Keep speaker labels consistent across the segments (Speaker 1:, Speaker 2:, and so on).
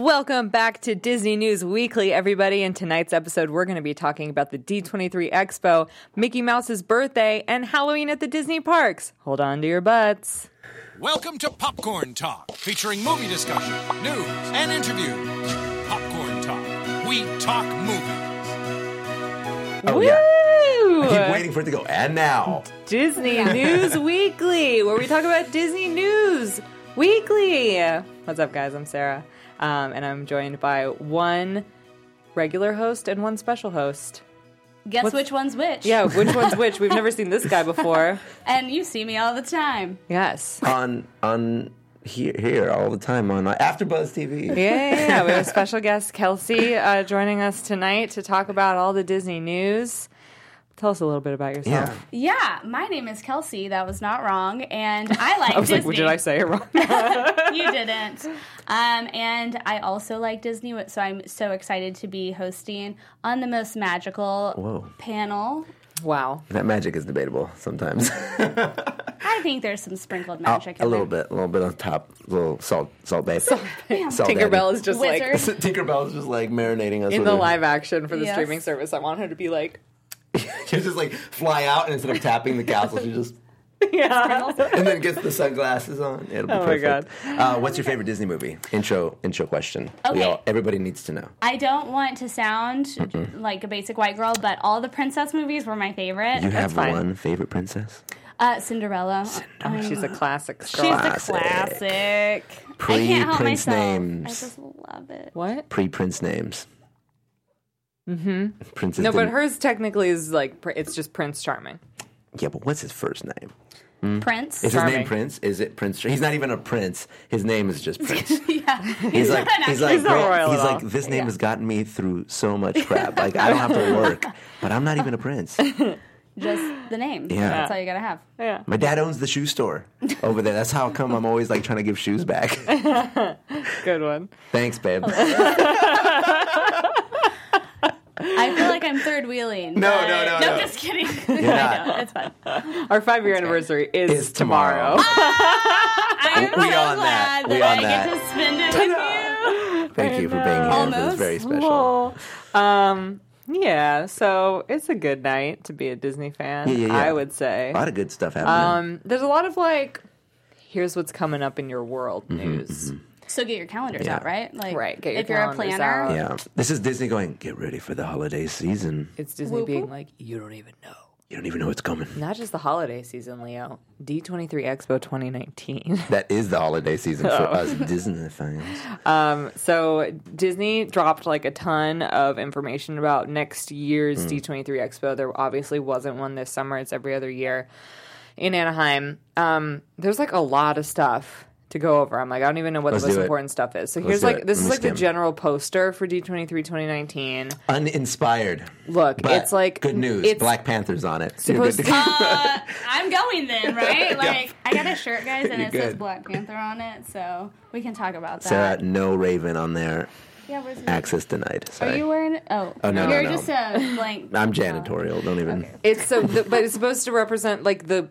Speaker 1: Welcome back to Disney News Weekly, everybody. In tonight's episode, we're going to be talking about the D23 Expo, Mickey Mouse's birthday, and Halloween at the Disney parks. Hold on to your butts.
Speaker 2: Welcome to Popcorn Talk, featuring movie discussion, news, and interviews. Popcorn Talk, we talk movies.
Speaker 1: Woo!
Speaker 3: Oh, Keep waiting for it to go. And now,
Speaker 1: Disney News Weekly, where we talk about Disney News Weekly. What's up, guys? I'm Sarah, um, and I'm joined by one regular host and one special host.
Speaker 4: Guess which one's which?
Speaker 1: Yeah, which one's which? We've never seen this guy before.
Speaker 4: And you see me all the time.
Speaker 1: Yes.
Speaker 3: on on here, here all the time on uh, AfterBuzz TV.
Speaker 1: Yeah, yeah, yeah. we have special guest Kelsey uh, joining us tonight to talk about all the Disney news. Tell us a little bit about yourself.
Speaker 3: Yeah.
Speaker 4: Yeah, my name is Kelsey. That was not wrong. And I like
Speaker 1: I was like,
Speaker 4: Disney.
Speaker 1: well, did I say it wrong?
Speaker 4: you didn't. Um, and I also like Disney, so I'm so excited to be hosting on the most magical
Speaker 3: Whoa.
Speaker 4: panel.
Speaker 1: wow.
Speaker 3: That magic is debatable sometimes.
Speaker 4: I think there's some sprinkled
Speaker 3: a
Speaker 4: magic in
Speaker 3: little
Speaker 4: there.
Speaker 3: bit, a little bit on top, a little salt, salt babe. Salt,
Speaker 1: Tinkerbell is just like
Speaker 4: Wizard.
Speaker 3: Tinkerbell's just like marinating us
Speaker 1: in
Speaker 3: with
Speaker 1: the
Speaker 3: her-
Speaker 1: live action for the
Speaker 4: Yes.
Speaker 1: streaming service. I want her to be like,
Speaker 3: She just like fly out, and instead of tapping the castle, she just
Speaker 1: yeah.
Speaker 3: and then gets the sunglasses on. It'll be
Speaker 1: Oh my
Speaker 3: perfect. Uh, what's your favorite Disney movie? Intro, intro question. We
Speaker 4: Okay.
Speaker 3: all, everybody needs to know.
Speaker 4: I don't want to sound like a basic white girl, but all the princess movies were my favorite.
Speaker 3: You have
Speaker 1: fine.
Speaker 3: one favorite princess?
Speaker 4: Uh, Cinderella.
Speaker 1: She's a classic girl.
Speaker 4: She's the
Speaker 3: Classic.
Speaker 4: classic. I can't help
Speaker 3: Pre-prince
Speaker 4: myself.
Speaker 3: names.
Speaker 4: I just love it.
Speaker 1: what?
Speaker 3: pre-prince names. Mm-hmm. Princess.
Speaker 1: No, but
Speaker 3: didn't-
Speaker 1: hers technically is like, pr- it's just Prince Charming.
Speaker 3: Yeah, but what's his first name?
Speaker 4: Prince.
Speaker 3: Is his
Speaker 1: Charming.
Speaker 3: name Prince? Is it Prince? He's not even a prince. His name is just Prince. he's,
Speaker 4: yeah.
Speaker 3: like,
Speaker 4: not an
Speaker 3: he's
Speaker 4: actor.
Speaker 3: like,
Speaker 1: He's not
Speaker 3: bro,
Speaker 1: royal
Speaker 3: he's
Speaker 1: at
Speaker 3: like,
Speaker 1: all.
Speaker 3: this name has gotten me through so much crap. Like, I don't have to work, but I'm not even a prince.
Speaker 4: just the name.
Speaker 3: Yeah.
Speaker 4: That's all you gotta have.
Speaker 1: Yeah.
Speaker 3: My dad owns the shoe store over there. That's how come I'm always like trying to give shoes back.
Speaker 1: Good one.
Speaker 3: Thanks, babe.
Speaker 4: I feel like I'm third wheeling.
Speaker 3: No,
Speaker 4: but-
Speaker 3: no, no, no.
Speaker 4: just kidding.
Speaker 3: not.
Speaker 4: I know, it's fine.
Speaker 1: Our five year anniversary is,
Speaker 3: It's
Speaker 1: tomorrow.
Speaker 3: tomorrow. We
Speaker 4: I'm so
Speaker 3: on that.
Speaker 4: glad that,
Speaker 3: We
Speaker 4: I
Speaker 3: on
Speaker 4: get
Speaker 3: that.
Speaker 4: to spend it with you.
Speaker 3: Thank you for being here. This
Speaker 4: Almost.
Speaker 3: is very special.
Speaker 1: Well, Ah, um, yeah, so it's a good night to be a Disney fan,
Speaker 3: Yeah, yeah, yeah.
Speaker 1: I would say.
Speaker 3: A lot of good stuff happening.
Speaker 1: Um, there's a lot of like, here's what's coming up in your world
Speaker 3: Mm-hmm,
Speaker 1: news.
Speaker 4: So get your calendars
Speaker 3: Yeah.
Speaker 4: out, right? Like,
Speaker 1: Right, get your
Speaker 4: if you're a
Speaker 1: calendars
Speaker 4: planner,
Speaker 1: out.
Speaker 3: yeah, this is Disney going. Get ready for the holiday season.
Speaker 1: It's Disney being like, you don't even know.
Speaker 3: You don't even know what's coming.
Speaker 1: Not just the holiday season, Leo. D23 Expo 2019.
Speaker 3: That is the holiday season for
Speaker 1: Oh.
Speaker 3: us Disney fans.
Speaker 1: So Disney dropped like a ton of information about next year's
Speaker 3: Mm.
Speaker 1: D23 Expo. There obviously wasn't one this summer. It's every other year in Anaheim. Um, there's like a lot of stuff to go over. I'm like, I don't even know what
Speaker 3: Let's
Speaker 1: the most
Speaker 3: do it.
Speaker 1: important stuff is. So here's
Speaker 3: do
Speaker 1: like
Speaker 3: it.
Speaker 1: this
Speaker 3: Let
Speaker 1: is
Speaker 3: me
Speaker 1: like the
Speaker 3: skim.
Speaker 1: general poster for D23 2019.
Speaker 3: Uninspired.
Speaker 1: Look,
Speaker 3: But
Speaker 1: it's like
Speaker 3: good news.
Speaker 1: It's
Speaker 3: Black Panther's on it.
Speaker 1: supposed
Speaker 3: You're good to-
Speaker 4: uh, I'm going then, right? Like, I got a shirt, guys, and
Speaker 3: You're
Speaker 4: it says
Speaker 3: good.
Speaker 4: Black Panther on it, so we can talk about that.
Speaker 3: Sarah, no Raven on there.
Speaker 4: yeah, where's your-
Speaker 3: Access denied.
Speaker 4: Are
Speaker 3: Sorry.
Speaker 4: you wearing? Oh,
Speaker 3: Oh, no,
Speaker 4: you're
Speaker 3: no, no.
Speaker 4: just a blank.
Speaker 3: I'm janitorial. Don't even.
Speaker 1: It's so, the, but it's supposed to represent like the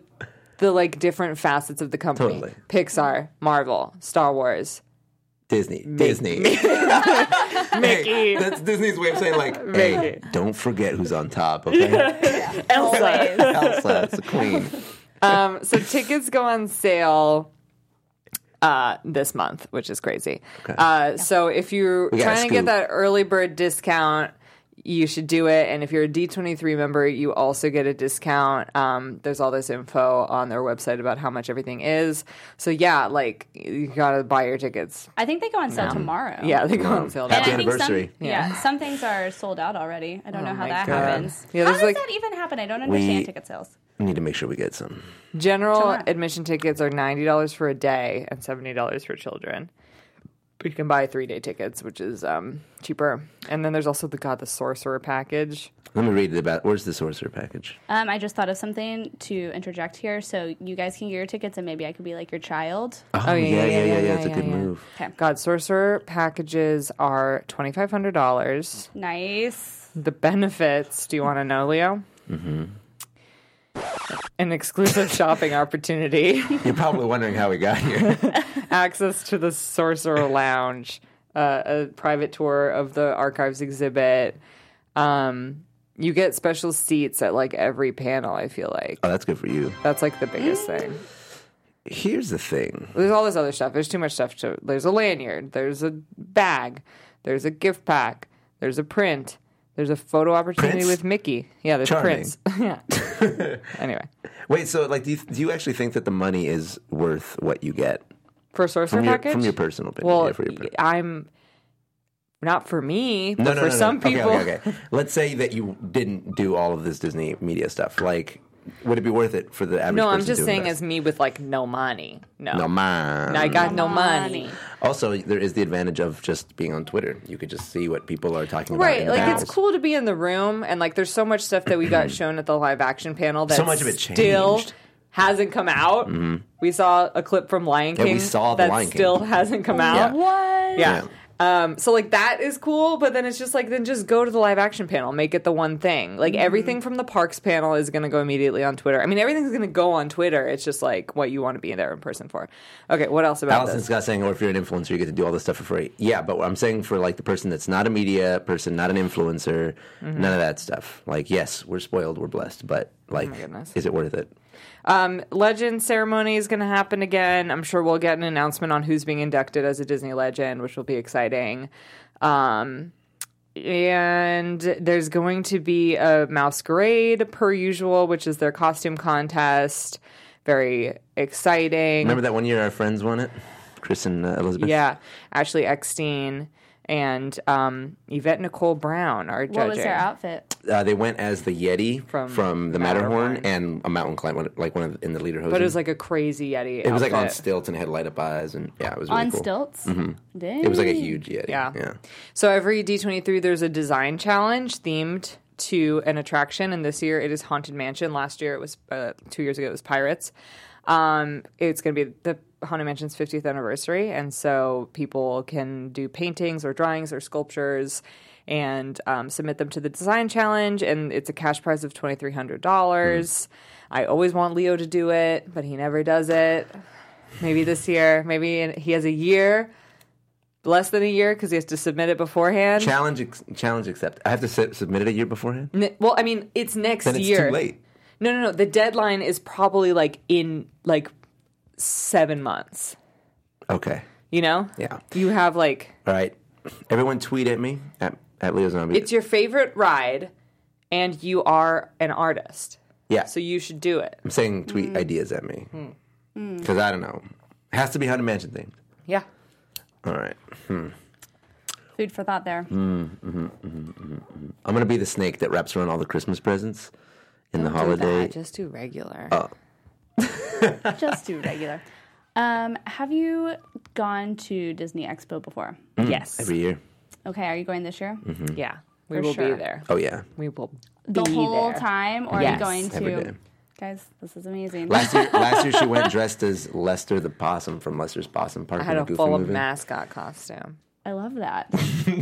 Speaker 1: the like different facets of the company:
Speaker 3: Totally.
Speaker 1: Pixar, Marvel, Star Wars.
Speaker 3: Disney. Disney. Mickey. That's Disney's way of saying, like, hey, don't forget who's on top, okay?
Speaker 4: Always.
Speaker 3: Elsa, it's a queen.
Speaker 1: Um, so tickets go on sale uh, this month, which is crazy. Uh, so if you're
Speaker 3: gotta
Speaker 1: trying to get
Speaker 3: scoot.
Speaker 1: that early bird discount, you should do it. And if you're a D23 member, you also get a discount. Um, there's all this info on their website about how much everything is. So yeah, like you gotta buy your tickets.
Speaker 4: I think they go on sale tomorrow.
Speaker 1: Yeah, they go on sale. now.
Speaker 3: Happy
Speaker 4: I think
Speaker 3: anniversary.
Speaker 4: Some, yeah. Oh some things are sold out already. I don't know how
Speaker 1: my
Speaker 4: that
Speaker 1: God.
Speaker 4: happens.
Speaker 1: Yeah,
Speaker 4: how
Speaker 1: there's
Speaker 4: does
Speaker 1: like-
Speaker 4: that even happen? I don't understand ticket sales.
Speaker 3: We need to make sure we get some.
Speaker 1: General
Speaker 4: Tomorrow.
Speaker 1: admission tickets are ninety dollars for a day and seventy dollars for children. But you can buy three day tickets, which is um, cheaper. And then there's also the God the Sorcerer package.
Speaker 3: Let me read it about. Where's the sorcerer package?
Speaker 4: Um, I just thought of something to interject here, so you guys can get your tickets, and maybe I could be like your child.
Speaker 1: yeah,
Speaker 3: Oh,
Speaker 1: yeah, yeah, yeah,
Speaker 3: It's a
Speaker 1: yeah,
Speaker 3: good
Speaker 1: yeah.
Speaker 3: move.
Speaker 1: God Sorcerer packages are twenty five hundred dollars.
Speaker 4: Nice.
Speaker 1: The benefits, do you want to know, Leo? Mm-hmm. An exclusive shopping opportunity,
Speaker 3: You're probably wondering how we got here.
Speaker 1: access to the Sorcerer Lounge, uh, a private tour of the archives exhibit. Um, you get special seats at like every panel. I feel like
Speaker 3: Oh, that's good for you.
Speaker 1: that's like the biggest thing.
Speaker 3: Here's the thing.
Speaker 1: There's all this other stuff. There's too much stuff to. There's a lanyard. There's a bag. There's a gift pack. There's a print. There's a photo opportunity
Speaker 3: Prints?
Speaker 1: with Mickey. Yeah, there's
Speaker 3: Charming.
Speaker 1: prints. yeah. anyway,
Speaker 3: Wait, so like, do you, do you actually think that the money is worth what you get
Speaker 1: for sourcer
Speaker 3: from your,
Speaker 1: package
Speaker 3: from your personal opinion?
Speaker 1: Well,
Speaker 3: yeah, for your per-
Speaker 1: I'm not for me, but for some
Speaker 3: Okay,
Speaker 1: people.
Speaker 3: Okay, okay. Let's say that you didn't do all of this Disney media stuff. Like, would it be worth it for the average?
Speaker 1: No, I'm
Speaker 3: person
Speaker 1: just
Speaker 3: to
Speaker 1: saying
Speaker 3: invest?
Speaker 1: as me with like no money. No.
Speaker 3: no man.
Speaker 1: I got no money.
Speaker 4: Money.
Speaker 3: Also, there is the advantage of just being on Twitter. You could just see what people are talking about.
Speaker 1: Right,
Speaker 3: in the
Speaker 1: like
Speaker 3: panels.
Speaker 1: it's cool to be in the room, and like there's so much stuff that we got shown at the live action panel that
Speaker 3: Mm-hmm. So much of it
Speaker 1: still
Speaker 3: changed. Mm-hmm.
Speaker 1: hasn't come out. We saw a clip from Lion
Speaker 3: Yeah,
Speaker 1: King
Speaker 3: we saw the
Speaker 1: that
Speaker 3: Lion King.
Speaker 1: still hasn't come out.
Speaker 3: Yeah.
Speaker 4: What?
Speaker 1: Yeah. Um, so like that is cool, but then it's just like then just go to the live action panel, make it the one thing.
Speaker 3: Mm-hmm.
Speaker 1: Like everything from the parks panel is gonna go immediately on Twitter. I mean everything's gonna go on Twitter. It's just like what you want to be there in person for. Okay, what else about
Speaker 3: Allison
Speaker 1: this?
Speaker 3: Scott saying, or if you're an influencer, you get to do all this stuff for free. Yeah, but what I'm saying for like the person that's not a media person, not an influencer,
Speaker 1: Mm-hmm.
Speaker 3: none of that stuff. Like, yes, we're spoiled, we're blessed, but like,
Speaker 1: Oh goodness.
Speaker 3: is it worth it?
Speaker 1: Um, legend ceremony is gonna happen again. I'm sure we'll get an announcement on who's being inducted as a Disney legend, which will be exciting. Um, and there's going to be a masquerade per usual, which is their costume contest. Very exciting.
Speaker 3: Remember that one year our friends won it, Chris and uh, Elizabeth.
Speaker 1: Yeah, Ashley Eckstein and um, Yvette Nicole Brown are judging.
Speaker 4: What was their outfit?
Speaker 3: uh, they went as the Yeti
Speaker 1: From
Speaker 3: from, the
Speaker 1: Matterhorn.
Speaker 3: Matterhorn, and a mountain climb, one- like one of the, in the leader.
Speaker 1: But it was like a crazy Yeti.
Speaker 3: it was like on
Speaker 1: outfit.
Speaker 3: stilts and had light up eyes, and yeah, it was really
Speaker 4: On
Speaker 3: cool. Mm-hmm.
Speaker 4: stilts? Dang.
Speaker 3: It was like a huge Yeti.
Speaker 1: Yeah.
Speaker 3: yeah.
Speaker 1: So every D23, there's a design challenge themed to an attraction, and this year it is Haunted Mansion. Last year it was uh, two years ago it was Pirates. Um, it's going to be the Haunted Mansion's 50th anniversary, and so people can do paintings or drawings or sculptures and um, submit them to the design challenge, and it's a cash prize of twenty three hundred dollars. I always want Leo to do it, but he never does it. Maybe this year, maybe in- he has a year less than a year because he has to submit it beforehand.
Speaker 3: Challenge, ex- challenge, accept. I have to su- submit it a year beforehand.
Speaker 1: N- well, I mean, it's next
Speaker 3: Then it's
Speaker 1: Mm, year.
Speaker 3: too late.
Speaker 1: No, no, no. The deadline is probably like in like seven months.
Speaker 3: Okay.
Speaker 1: You know?
Speaker 3: Yeah.
Speaker 1: You have like
Speaker 3: All right. Everyone tweet at me at, at Leo Zombie.
Speaker 1: it's your favorite ride, and you are an artist,
Speaker 3: yeah.
Speaker 1: so you Mm. Hmm. should do it.
Speaker 3: I'm saying tweet ideas at me. Because I don't know. It has to be Haunted Mansion themed.
Speaker 1: Yeah.
Speaker 3: All right.
Speaker 4: Food for thought there.
Speaker 3: Mm. I'm going to be the snake that wraps around all the Christmas presents in the holiday. Oh,
Speaker 1: Just do regular.
Speaker 4: Just do regular. Um, have you gone to Disney Expo before?
Speaker 3: Hmm?
Speaker 1: yes.
Speaker 3: mm, Every year.
Speaker 4: Okay, are you going this year?
Speaker 3: Mm-hmm.
Speaker 1: yeah. We
Speaker 4: For
Speaker 1: will
Speaker 4: sure.
Speaker 1: be there.
Speaker 3: Oh, yeah.
Speaker 1: We will
Speaker 4: The
Speaker 1: be
Speaker 4: whole
Speaker 1: there.
Speaker 4: time, or
Speaker 1: Yes.
Speaker 4: are you going to?
Speaker 3: Every day.
Speaker 4: Guys, this is amazing.
Speaker 3: Last year, last year she went dressed as Lester the Possum from Lester's Possum Park.
Speaker 1: I had
Speaker 3: in
Speaker 1: a
Speaker 3: the Goofy
Speaker 1: full
Speaker 3: movie.
Speaker 1: mascot costume.
Speaker 4: I love that.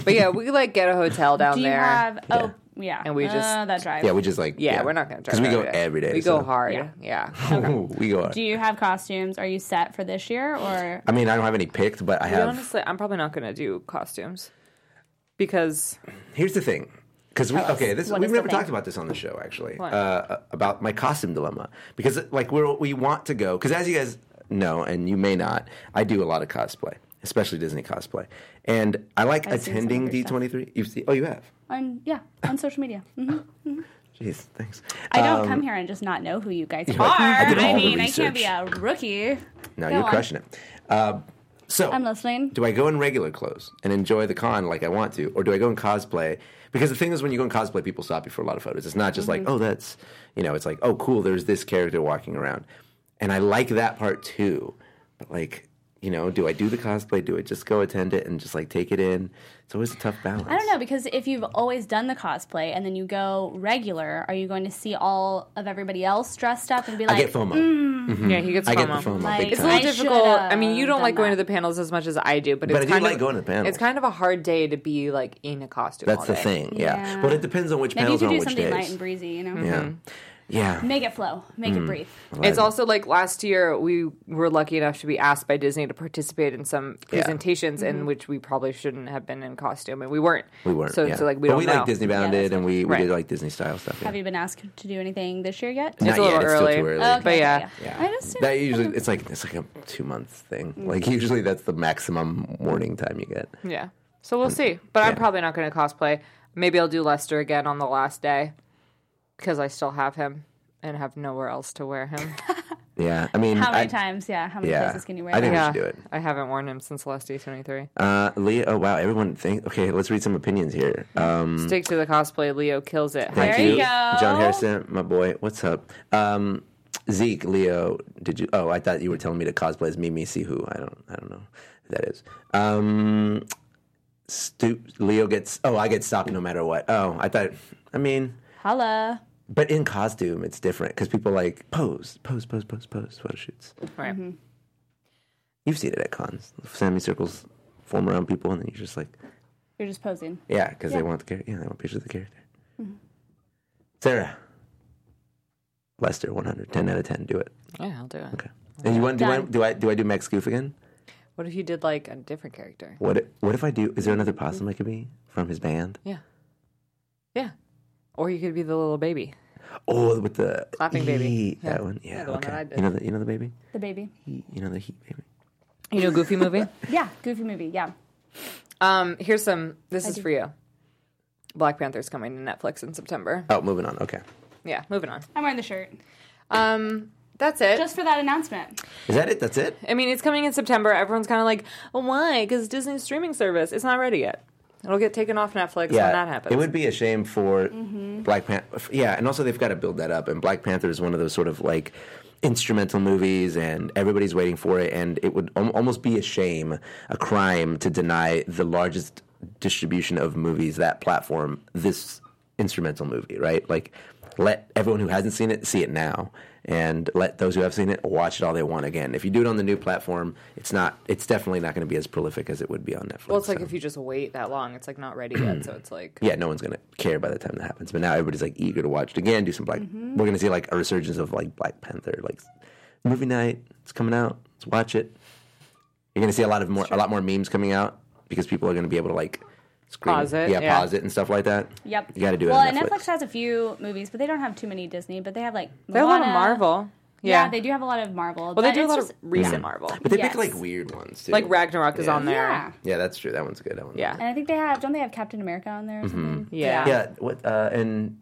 Speaker 1: But yeah, we like get a hotel down
Speaker 4: Do you
Speaker 1: there.
Speaker 4: have? Oh, yeah.
Speaker 1: And we
Speaker 4: Uh,
Speaker 1: just-
Speaker 4: that drive.
Speaker 3: Yeah, we just like.
Speaker 1: Yeah, we're not going to
Speaker 3: Because we go every day.
Speaker 1: We
Speaker 3: so-
Speaker 1: go hard. Yeah.
Speaker 4: Yeah.
Speaker 3: we go hard.
Speaker 4: Do you have costumes? Are you set for this year, or
Speaker 3: I mean, I don't have any picked, but I
Speaker 1: But
Speaker 3: have.
Speaker 1: Honestly, I'm probably not going to do costumes because
Speaker 3: Here's the thing. Because we okay, this
Speaker 4: What
Speaker 3: we've
Speaker 4: is the
Speaker 3: never
Speaker 4: thing?
Speaker 3: talked about this on the show actually uh, about my costume dilemma because like we are we want to go because as you guys know and you may not, I do a lot of cosplay, especially Disney cosplay, and I like
Speaker 4: I've seen some of
Speaker 3: attending
Speaker 4: your stuff.
Speaker 3: D23. You see? Oh, you have.
Speaker 4: on yeah on social media? Mhm.
Speaker 3: Jeez, thanks.
Speaker 4: I don't come here and just not know who you guys are.
Speaker 3: like, Um, I
Speaker 4: I,
Speaker 3: did all the
Speaker 4: mean, I can't be a
Speaker 3: research.
Speaker 4: rookie.
Speaker 3: Now
Speaker 4: Go
Speaker 3: you're
Speaker 4: on.
Speaker 3: crushing it. Uh, so
Speaker 4: I'm listening.
Speaker 3: Do I go in regular clothes and enjoy the con like I want to, or do I go in cosplay? Because the thing is, when you go in cosplay, people stop you for a lot of photos. It's not just
Speaker 4: Mm-hmm.
Speaker 3: like, oh, that's you know, it's like, oh, cool, there's this character walking around, and I like that part too. But like, you know, do I do the cosplay? Do I just go attend it and just like take it in? It's always a tough balance.
Speaker 4: I don't know because if you've always done the cosplay and then you go regular, are you going to see all of everybody else dressed up and be
Speaker 3: I
Speaker 4: like, mm,
Speaker 3: get FOMO.
Speaker 1: yeah, he gets
Speaker 3: Hmm. I get the
Speaker 1: FOMO.
Speaker 3: FOMO
Speaker 4: Like,
Speaker 3: big
Speaker 1: It's a
Speaker 3: time.
Speaker 1: little
Speaker 4: I
Speaker 1: difficult.
Speaker 4: should've
Speaker 1: I mean, you don't
Speaker 4: done
Speaker 1: like going to
Speaker 4: that.
Speaker 1: the panels as much as I do, but,
Speaker 3: But
Speaker 1: it's
Speaker 3: I do
Speaker 1: kind
Speaker 3: like
Speaker 1: of,
Speaker 3: going to the panels.
Speaker 1: It's kind of a hard day to be like in a costume.
Speaker 3: That's
Speaker 1: all
Speaker 3: the
Speaker 1: day.
Speaker 3: thing. Yeah.
Speaker 4: Yeah.
Speaker 3: Well, it depends on which
Speaker 4: maybe you
Speaker 3: panels
Speaker 4: could
Speaker 3: are on
Speaker 4: do
Speaker 3: which
Speaker 4: something
Speaker 3: days.
Speaker 4: light and breezy, you know?
Speaker 3: Yeah. Mm. Yeah.
Speaker 4: Make it flow. Make it breathe.
Speaker 1: It's also like last year we were lucky enough to be asked by Disney to participate in some
Speaker 3: Yeah.
Speaker 1: presentations in which we probably shouldn't have been in costume and we weren't.
Speaker 3: We weren't.
Speaker 1: So
Speaker 3: yeah.
Speaker 1: it's like we
Speaker 3: but
Speaker 1: don't
Speaker 3: we
Speaker 1: know.
Speaker 3: like Disney bounded
Speaker 4: that's
Speaker 3: and we, we
Speaker 1: Right.
Speaker 3: did like Disney style stuff. Yeah.
Speaker 4: Have you been asked to do anything this year yet?
Speaker 1: It's
Speaker 3: Not
Speaker 1: a little
Speaker 3: yet. It's still
Speaker 1: early.
Speaker 3: too early.
Speaker 1: Okay. But yeah.
Speaker 3: Yeah.
Speaker 4: I just Mm.
Speaker 3: that usually it's like it's like a two month thing. Like usually that's the maximum warning time you get.
Speaker 1: Yeah. So we'll see. But I'm
Speaker 3: yeah.
Speaker 1: probably not going to cosplay. Maybe I'll do Lester again on the last day because I still have him and have nowhere else to wear him.
Speaker 3: Yeah, I mean,
Speaker 4: how
Speaker 3: I-
Speaker 4: many times? Yeah, how many
Speaker 3: Yeah.
Speaker 4: places can you wear
Speaker 3: I
Speaker 4: that?
Speaker 3: think we
Speaker 1: yeah.
Speaker 3: should do it.
Speaker 1: I haven't worn him since last D23.
Speaker 3: Uh, Leah, oh wow, everyone think. Okay, let's read some opinions here. Um,
Speaker 1: Stick to the cosplay. Leo kills it.
Speaker 3: thank
Speaker 4: There
Speaker 3: you,
Speaker 4: you go.
Speaker 3: John Harrison, my boy. What's up? Um, Zeke, Leo, did you? Oh, I thought you were telling me to cosplay as Mimi Sihu. I don't, I don't know who that is. Um, Stu, Leo gets. Oh, I get stopped no matter what. Oh, I thought. I mean,
Speaker 4: Holla.
Speaker 3: but in costume, it's different because people like pose, pose, pose, pose, pose, photo shoots.
Speaker 1: Right.
Speaker 3: You've seen it at cons. Semicircles form around people, and then you're just like,
Speaker 4: You're just posing.
Speaker 3: yeah, because they want the character. Yeah, they want pictures of the character.
Speaker 1: Mm-hmm.
Speaker 3: Sarah, Lester, 100, 10 out of 10. Do it.
Speaker 1: Yeah, I'll do it.
Speaker 3: Okay. And you want? Do I,
Speaker 4: Done.
Speaker 3: do I do I do Max Goof again?
Speaker 1: What if you did like a different character?
Speaker 3: What if, What if I do? Is there another possum I could be from his band?
Speaker 1: Yeah. Yeah. Or you could be the little baby.
Speaker 3: Oh, with the
Speaker 1: Clapping baby.
Speaker 3: Ee,
Speaker 1: Yeah.
Speaker 3: That one. Yeah.
Speaker 1: the one
Speaker 3: okay.
Speaker 1: that I did.
Speaker 3: You know the you know the baby.
Speaker 4: The baby.
Speaker 3: Ee, You know the heat baby.
Speaker 1: You know, Goofy movie?
Speaker 4: Yeah, goofy movie. Yeah.
Speaker 1: um, here's some. This is for you. Black Panther's coming to Netflix in September.
Speaker 3: Oh, moving on. Okay.
Speaker 1: Yeah, moving on.
Speaker 4: I'm wearing the shirt.
Speaker 1: Um, that's it.
Speaker 4: Just for that announcement.
Speaker 3: Is that it? That's it.
Speaker 1: I mean, it's coming in September. Everyone's kind of like, well, why? Because Disney's streaming service. It's not ready yet. It'll get taken off Netflix when that happens. Mm-hmm.
Speaker 3: It would be a shame for Black Panther. Yeah, and also they've got to build that up. And Black Panther is one of those sort of like instrumental movies, and everybody's waiting for it. And it would al- almost be a shame, a crime, to deny the largest distribution of movies that platform this instrumental movie. Right? Like, let everyone who hasn't seen it see it now. And let those who have seen it watch it all they want again. If you do it on the new platform, it's not. It's definitely not going to be as prolific as it would be on Netflix.
Speaker 1: well, it's like
Speaker 3: so.
Speaker 1: if you just wait that long, it's like not ready yet. So it's like,
Speaker 3: yeah, no one's gonna care by the time that happens. But now everybody's like eager to watch it again. Do some black.
Speaker 1: Mm-hmm.
Speaker 3: We're gonna see like a resurgence of like Black Panther, like movie night. It's coming out. Let's watch it. You're gonna see a lot of more, a lot more memes coming out because people are gonna be able to like screen,
Speaker 1: Pause it,
Speaker 3: yeah,
Speaker 1: yeah.
Speaker 3: pause it and stuff like that.
Speaker 4: Yep.
Speaker 3: you gotta do it.
Speaker 4: Well,
Speaker 3: on
Speaker 4: and Netflix has a few movies, but they don't have too many Disney, but they have like
Speaker 1: they have a lot of
Speaker 4: Moana.
Speaker 1: Marvel.
Speaker 4: Yeah.
Speaker 1: Yeah.
Speaker 4: they do have a lot of Marvel.
Speaker 1: well, they do a lot of recent Marvel.
Speaker 3: but they
Speaker 4: yes.
Speaker 3: pick like weird ones too.
Speaker 1: Like Ragnarok is
Speaker 3: Yeah.
Speaker 1: on there.
Speaker 4: Yeah.
Speaker 3: Yeah, that's true. That one's good. That one.
Speaker 1: Yeah.
Speaker 4: And I think they have don't they have Captain America on there or
Speaker 3: Mm-hmm.
Speaker 4: something?
Speaker 1: Yeah.
Speaker 3: Yeah. What? Uh, and.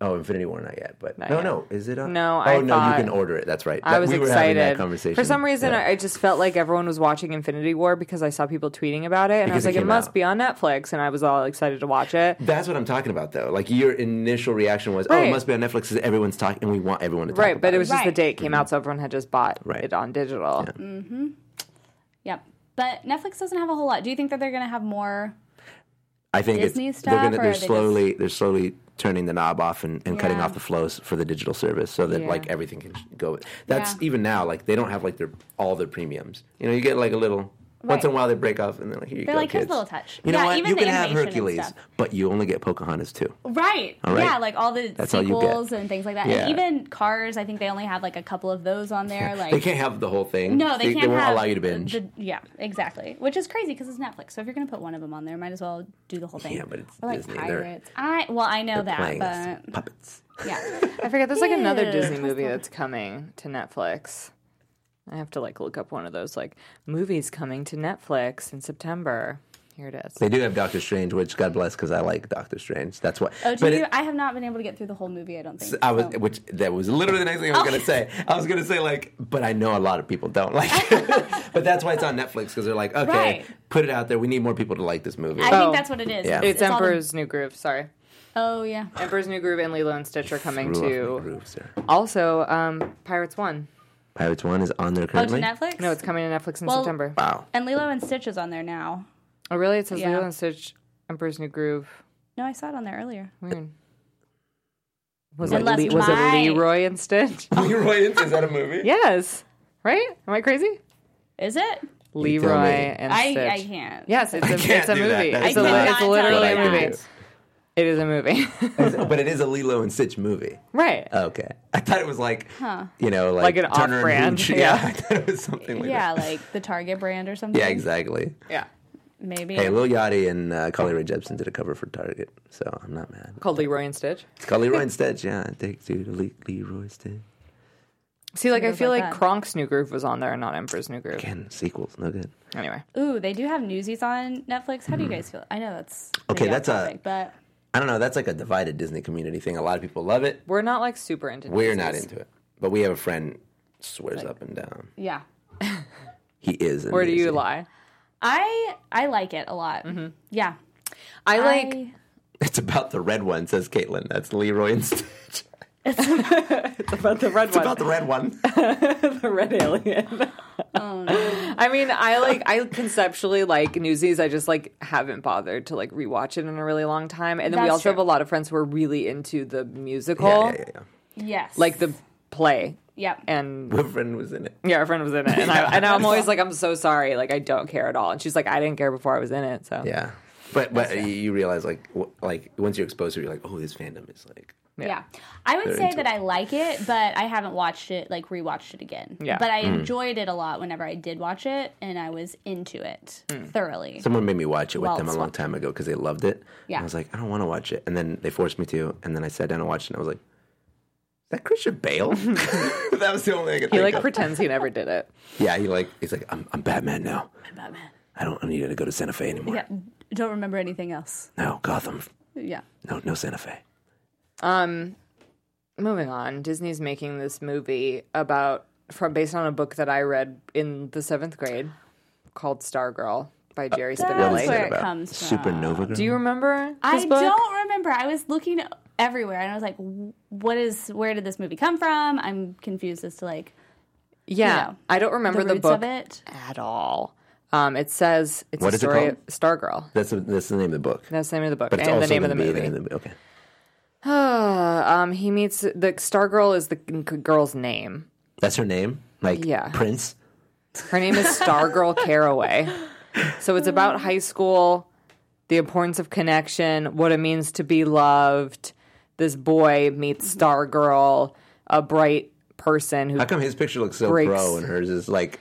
Speaker 3: Oh, Infinity War not yet, but no,
Speaker 1: yet.
Speaker 3: no, is it on?
Speaker 1: No,
Speaker 3: oh,
Speaker 1: I
Speaker 3: no,
Speaker 1: thought-
Speaker 3: you can order it. That's right.
Speaker 1: I
Speaker 3: That-
Speaker 1: was
Speaker 3: we were having
Speaker 1: excited.
Speaker 3: that conversation.
Speaker 1: For some reason,
Speaker 3: Yeah.
Speaker 1: I I just felt like everyone was watching Infinity War because I saw people tweeting about it, and
Speaker 3: Because
Speaker 1: I
Speaker 3: it
Speaker 1: was like, it
Speaker 3: came
Speaker 1: must
Speaker 3: out.
Speaker 1: be on Netflix, and I was all excited to watch it.
Speaker 3: That's what I'm talking about, though. Like your initial reaction was, "Oh,
Speaker 1: Right.
Speaker 3: it must be on Netflix." Because everyone's talking, and we want everyone to talk.
Speaker 1: Right,
Speaker 3: about
Speaker 1: but it was just the
Speaker 4: Right.
Speaker 1: date it came out, so everyone had just bought
Speaker 3: Right.
Speaker 1: it on digital.
Speaker 4: Yep. But Netflix doesn't have a whole lot. Do you think that they're gonna have more
Speaker 3: I think
Speaker 4: Disney
Speaker 3: it's,
Speaker 4: stuff,
Speaker 3: they're,
Speaker 4: or
Speaker 3: gonna, they're
Speaker 4: are they
Speaker 3: slowly they're slowly turning the knob off and, and cutting
Speaker 4: Yeah.
Speaker 3: off the flows for the digital service, so that
Speaker 1: Yeah.
Speaker 3: like everything can go. That's
Speaker 4: Yeah.
Speaker 3: even now. Like they don't have like their all their premiums. You know, you get like a little. Once in a
Speaker 4: Right.
Speaker 3: while, they break off, and they're like, "Here you
Speaker 4: They're
Speaker 3: go,
Speaker 4: like,
Speaker 3: kids."
Speaker 4: "Here's a little touch."
Speaker 3: You know
Speaker 4: Yeah,
Speaker 3: what?
Speaker 4: even
Speaker 3: you
Speaker 4: the
Speaker 3: can have
Speaker 4: animation and
Speaker 3: Hercules,
Speaker 4: stuff.
Speaker 3: but you only get Pocahontas too.
Speaker 4: Right.
Speaker 3: All right.
Speaker 4: Yeah, like all the
Speaker 3: That's all you
Speaker 4: sequels
Speaker 3: get.
Speaker 4: and things like that.
Speaker 3: Yeah.
Speaker 4: And even cars, I think they only have like a couple of those on there. Like
Speaker 3: they can't have the whole thing.
Speaker 4: No,
Speaker 3: they,
Speaker 4: they, can't
Speaker 3: won't
Speaker 4: have
Speaker 3: allow you to binge.
Speaker 4: the- yeah, exactly. Which is crazy because it's Netflix. So if you're going to put one of them on there, might as well do the whole thing.
Speaker 3: Yeah, but it's
Speaker 4: or like
Speaker 3: Disney. They're-
Speaker 4: pirates. I well, I know that,
Speaker 3: Playing us
Speaker 4: but
Speaker 3: puppets.
Speaker 4: yeah,
Speaker 1: I forget there's like another
Speaker 4: Ew.
Speaker 1: Disney movie that's coming to Netflix. I have to like look up one of those like movies coming to Netflix in September. Here it is.
Speaker 3: They do have Doctor Strange, which God bless, because I like Doctor Strange. That's why.
Speaker 4: oh, do
Speaker 3: But
Speaker 4: you?
Speaker 3: it-
Speaker 4: I have not been able to get through the whole movie. I don't think.
Speaker 3: I was,
Speaker 4: so.
Speaker 3: which that was literally the next thing I was
Speaker 4: Oh.
Speaker 3: gonna say. I was gonna say like, but I know a lot of people don't like, it. but that's why it's on Netflix because they're like, okay,
Speaker 4: Right.
Speaker 3: put it out there. We need more people to like this movie.
Speaker 4: I
Speaker 1: Oh.
Speaker 4: think that's what it is.
Speaker 3: Yeah.
Speaker 1: It's,
Speaker 4: all the-
Speaker 1: Emperor's New Groove. Sorry,
Speaker 4: oh yeah.
Speaker 1: Emperor's New Groove and Lilo and Stitch are coming
Speaker 3: Threw off my
Speaker 1: to
Speaker 3: groove, sir.
Speaker 1: also um, Pirates One.
Speaker 3: Pirates One is on there
Speaker 4: Oh, to
Speaker 3: currently.
Speaker 4: Netflix.
Speaker 1: No, it's coming to Netflix in
Speaker 4: Well-
Speaker 1: September.
Speaker 3: wow,
Speaker 4: and Lilo and Stitch is on there now.
Speaker 1: Oh, really? It says
Speaker 4: Yeah.
Speaker 1: Lilo and Stitch, Emperor's New Groove.
Speaker 4: No, I saw it on there earlier.
Speaker 1: Weird. Was it,
Speaker 4: Unless
Speaker 1: Le- was it
Speaker 4: my-
Speaker 1: Leroy and Stitch?
Speaker 3: Leroy is that a movie?
Speaker 1: yes. Right? Am I crazy?
Speaker 4: Is it?
Speaker 1: Leroy
Speaker 3: me.
Speaker 1: and
Speaker 4: I
Speaker 1: Stitch.
Speaker 4: I can't.
Speaker 1: Yes, it's a,
Speaker 3: can't
Speaker 1: it's a
Speaker 3: do that.
Speaker 1: movie.
Speaker 3: That
Speaker 1: It's
Speaker 3: is
Speaker 1: a,
Speaker 4: not
Speaker 1: it's
Speaker 4: what I
Speaker 1: literally
Speaker 4: can
Speaker 1: a
Speaker 4: do.
Speaker 1: movie. It is a movie. Uh,
Speaker 3: but it is a Lilo and Stitch movie.
Speaker 1: right.
Speaker 3: Okay, I thought it was like you know, like,
Speaker 1: Like an
Speaker 3: Turner and
Speaker 1: off-brand,
Speaker 3: Hooch. Yeah.
Speaker 1: yeah.
Speaker 3: I thought it was something like
Speaker 4: yeah,
Speaker 3: that.
Speaker 4: like the Target brand or something.
Speaker 3: Yeah, exactly.
Speaker 1: Yeah.
Speaker 4: Maybe.
Speaker 3: Hey, Lil Yachty and uh, Carly Rae Jepsen did a cover for Target, so I'm not mad.
Speaker 1: Called Leroy and Stitch.
Speaker 3: It's called Leroy and Stitch. Yeah, take two to Le- Leroy Stitch.
Speaker 1: See, like, I feel
Speaker 4: like
Speaker 1: like,
Speaker 4: that.
Speaker 1: Kronk's New Groove was on there and not Emperor's New Groove.
Speaker 3: Again, sequels, no good.
Speaker 1: Anyway.
Speaker 4: Ooh, they do have Newsies on Netflix. How do you guys feel? I know that's
Speaker 3: Okay,
Speaker 4: maybe
Speaker 3: that's
Speaker 4: off
Speaker 3: a-
Speaker 4: topic, but
Speaker 3: I don't know. That's like a divided Disney community thing. A lot of people love it.
Speaker 1: We're not, like, super into
Speaker 3: We're not
Speaker 1: Disney's.
Speaker 3: into it, but we have a friend swears up and down.
Speaker 4: yeah,
Speaker 3: He is.
Speaker 1: Where do you
Speaker 3: amazing.
Speaker 1: lie?
Speaker 4: I I like it a lot. Yeah,
Speaker 1: I Mm-hmm. like.
Speaker 4: I-
Speaker 3: It's about the red one, says Caitlin. That's Leroy and Stitch.
Speaker 1: about the red
Speaker 3: It's
Speaker 1: one,
Speaker 3: about the red one.
Speaker 1: the red alien. I mean, I like I conceptually like Newsies. I just like haven't bothered to like rewatch it in a really long time. And then we
Speaker 4: That's
Speaker 1: also
Speaker 4: true.
Speaker 1: have a lot of friends who are really into the musical,
Speaker 3: Yeah, yeah, yeah, yeah.
Speaker 4: yes,
Speaker 1: like the play.
Speaker 4: yep.
Speaker 1: And
Speaker 3: My friend was in it.
Speaker 1: yeah, our friend was in it, and I and I'm always like, I'm so sorry, like I don't care at all. And she's like, I didn't care before I was in it, so
Speaker 3: Yeah, but but you- you realize like w- like once you're exposed to it, you're like, oh, this fandom is like.
Speaker 4: yeah. I would
Speaker 3: They're
Speaker 4: say
Speaker 3: into
Speaker 4: that I like it, but I haven't watched it, like rewatched it again.
Speaker 1: Yeah.
Speaker 4: But I enjoyed it a lot whenever I did watch it, and I was into it
Speaker 1: Mm.
Speaker 4: thoroughly.
Speaker 3: Someone made me watch it with
Speaker 4: Well,
Speaker 3: them a
Speaker 4: it's
Speaker 3: long
Speaker 4: fun.
Speaker 3: time ago because they loved it.
Speaker 4: Yeah.
Speaker 3: and I was like, I don't want to watch it, and then they forced me to, and then I sat down and watched it, and I was like, is that Christian Bale? that was the only thing I could
Speaker 1: he
Speaker 3: think
Speaker 1: like
Speaker 3: of.
Speaker 1: pretends he never did it.
Speaker 3: yeah, he like he's like, I'm I'm Batman now.
Speaker 4: Batman.
Speaker 3: I don't need to go to Santa Fe anymore.
Speaker 4: Yeah. Don't remember anything else.
Speaker 3: No Gotham.
Speaker 4: Yeah.
Speaker 3: No no Santa Fe.
Speaker 1: moving on disney's making this movie about from based on a book that i read in the seventh grade called stargirl by
Speaker 3: Uh,
Speaker 1: jerry
Speaker 4: That's
Speaker 1: spinelli
Speaker 4: where it comes from.
Speaker 3: Supernova Girl.
Speaker 1: do you remember
Speaker 4: I
Speaker 1: this book
Speaker 4: don't remember. I was looking everywhere, and I was like, "What is? Where did this movie come from?" I'm confused as to like
Speaker 1: yeah
Speaker 4: know,
Speaker 1: i don't
Speaker 4: the
Speaker 1: remember
Speaker 4: roots
Speaker 1: the, book
Speaker 4: of it.
Speaker 1: at all um, it says it's
Speaker 3: What
Speaker 1: a
Speaker 3: is it
Speaker 1: story
Speaker 3: called?
Speaker 1: stargirl
Speaker 3: That's the, that's the name of the book.
Speaker 1: that's the name of the book
Speaker 3: But it's
Speaker 1: and
Speaker 3: also
Speaker 1: the name of the
Speaker 3: name
Speaker 1: movie
Speaker 3: Okay.
Speaker 1: um, he meets the stargirl is the g- girl's name
Speaker 3: That's her name? Like
Speaker 1: Yeah.
Speaker 3: Prince?
Speaker 1: Her name is Stargirl Caraway. So it's about high school, the importance of connection, what it means to be loved. This boy
Speaker 4: Mm-hmm.
Speaker 1: meets Stargirl, a bright person who
Speaker 3: How come his picture looks so
Speaker 1: Breaks.
Speaker 3: pro and hers is like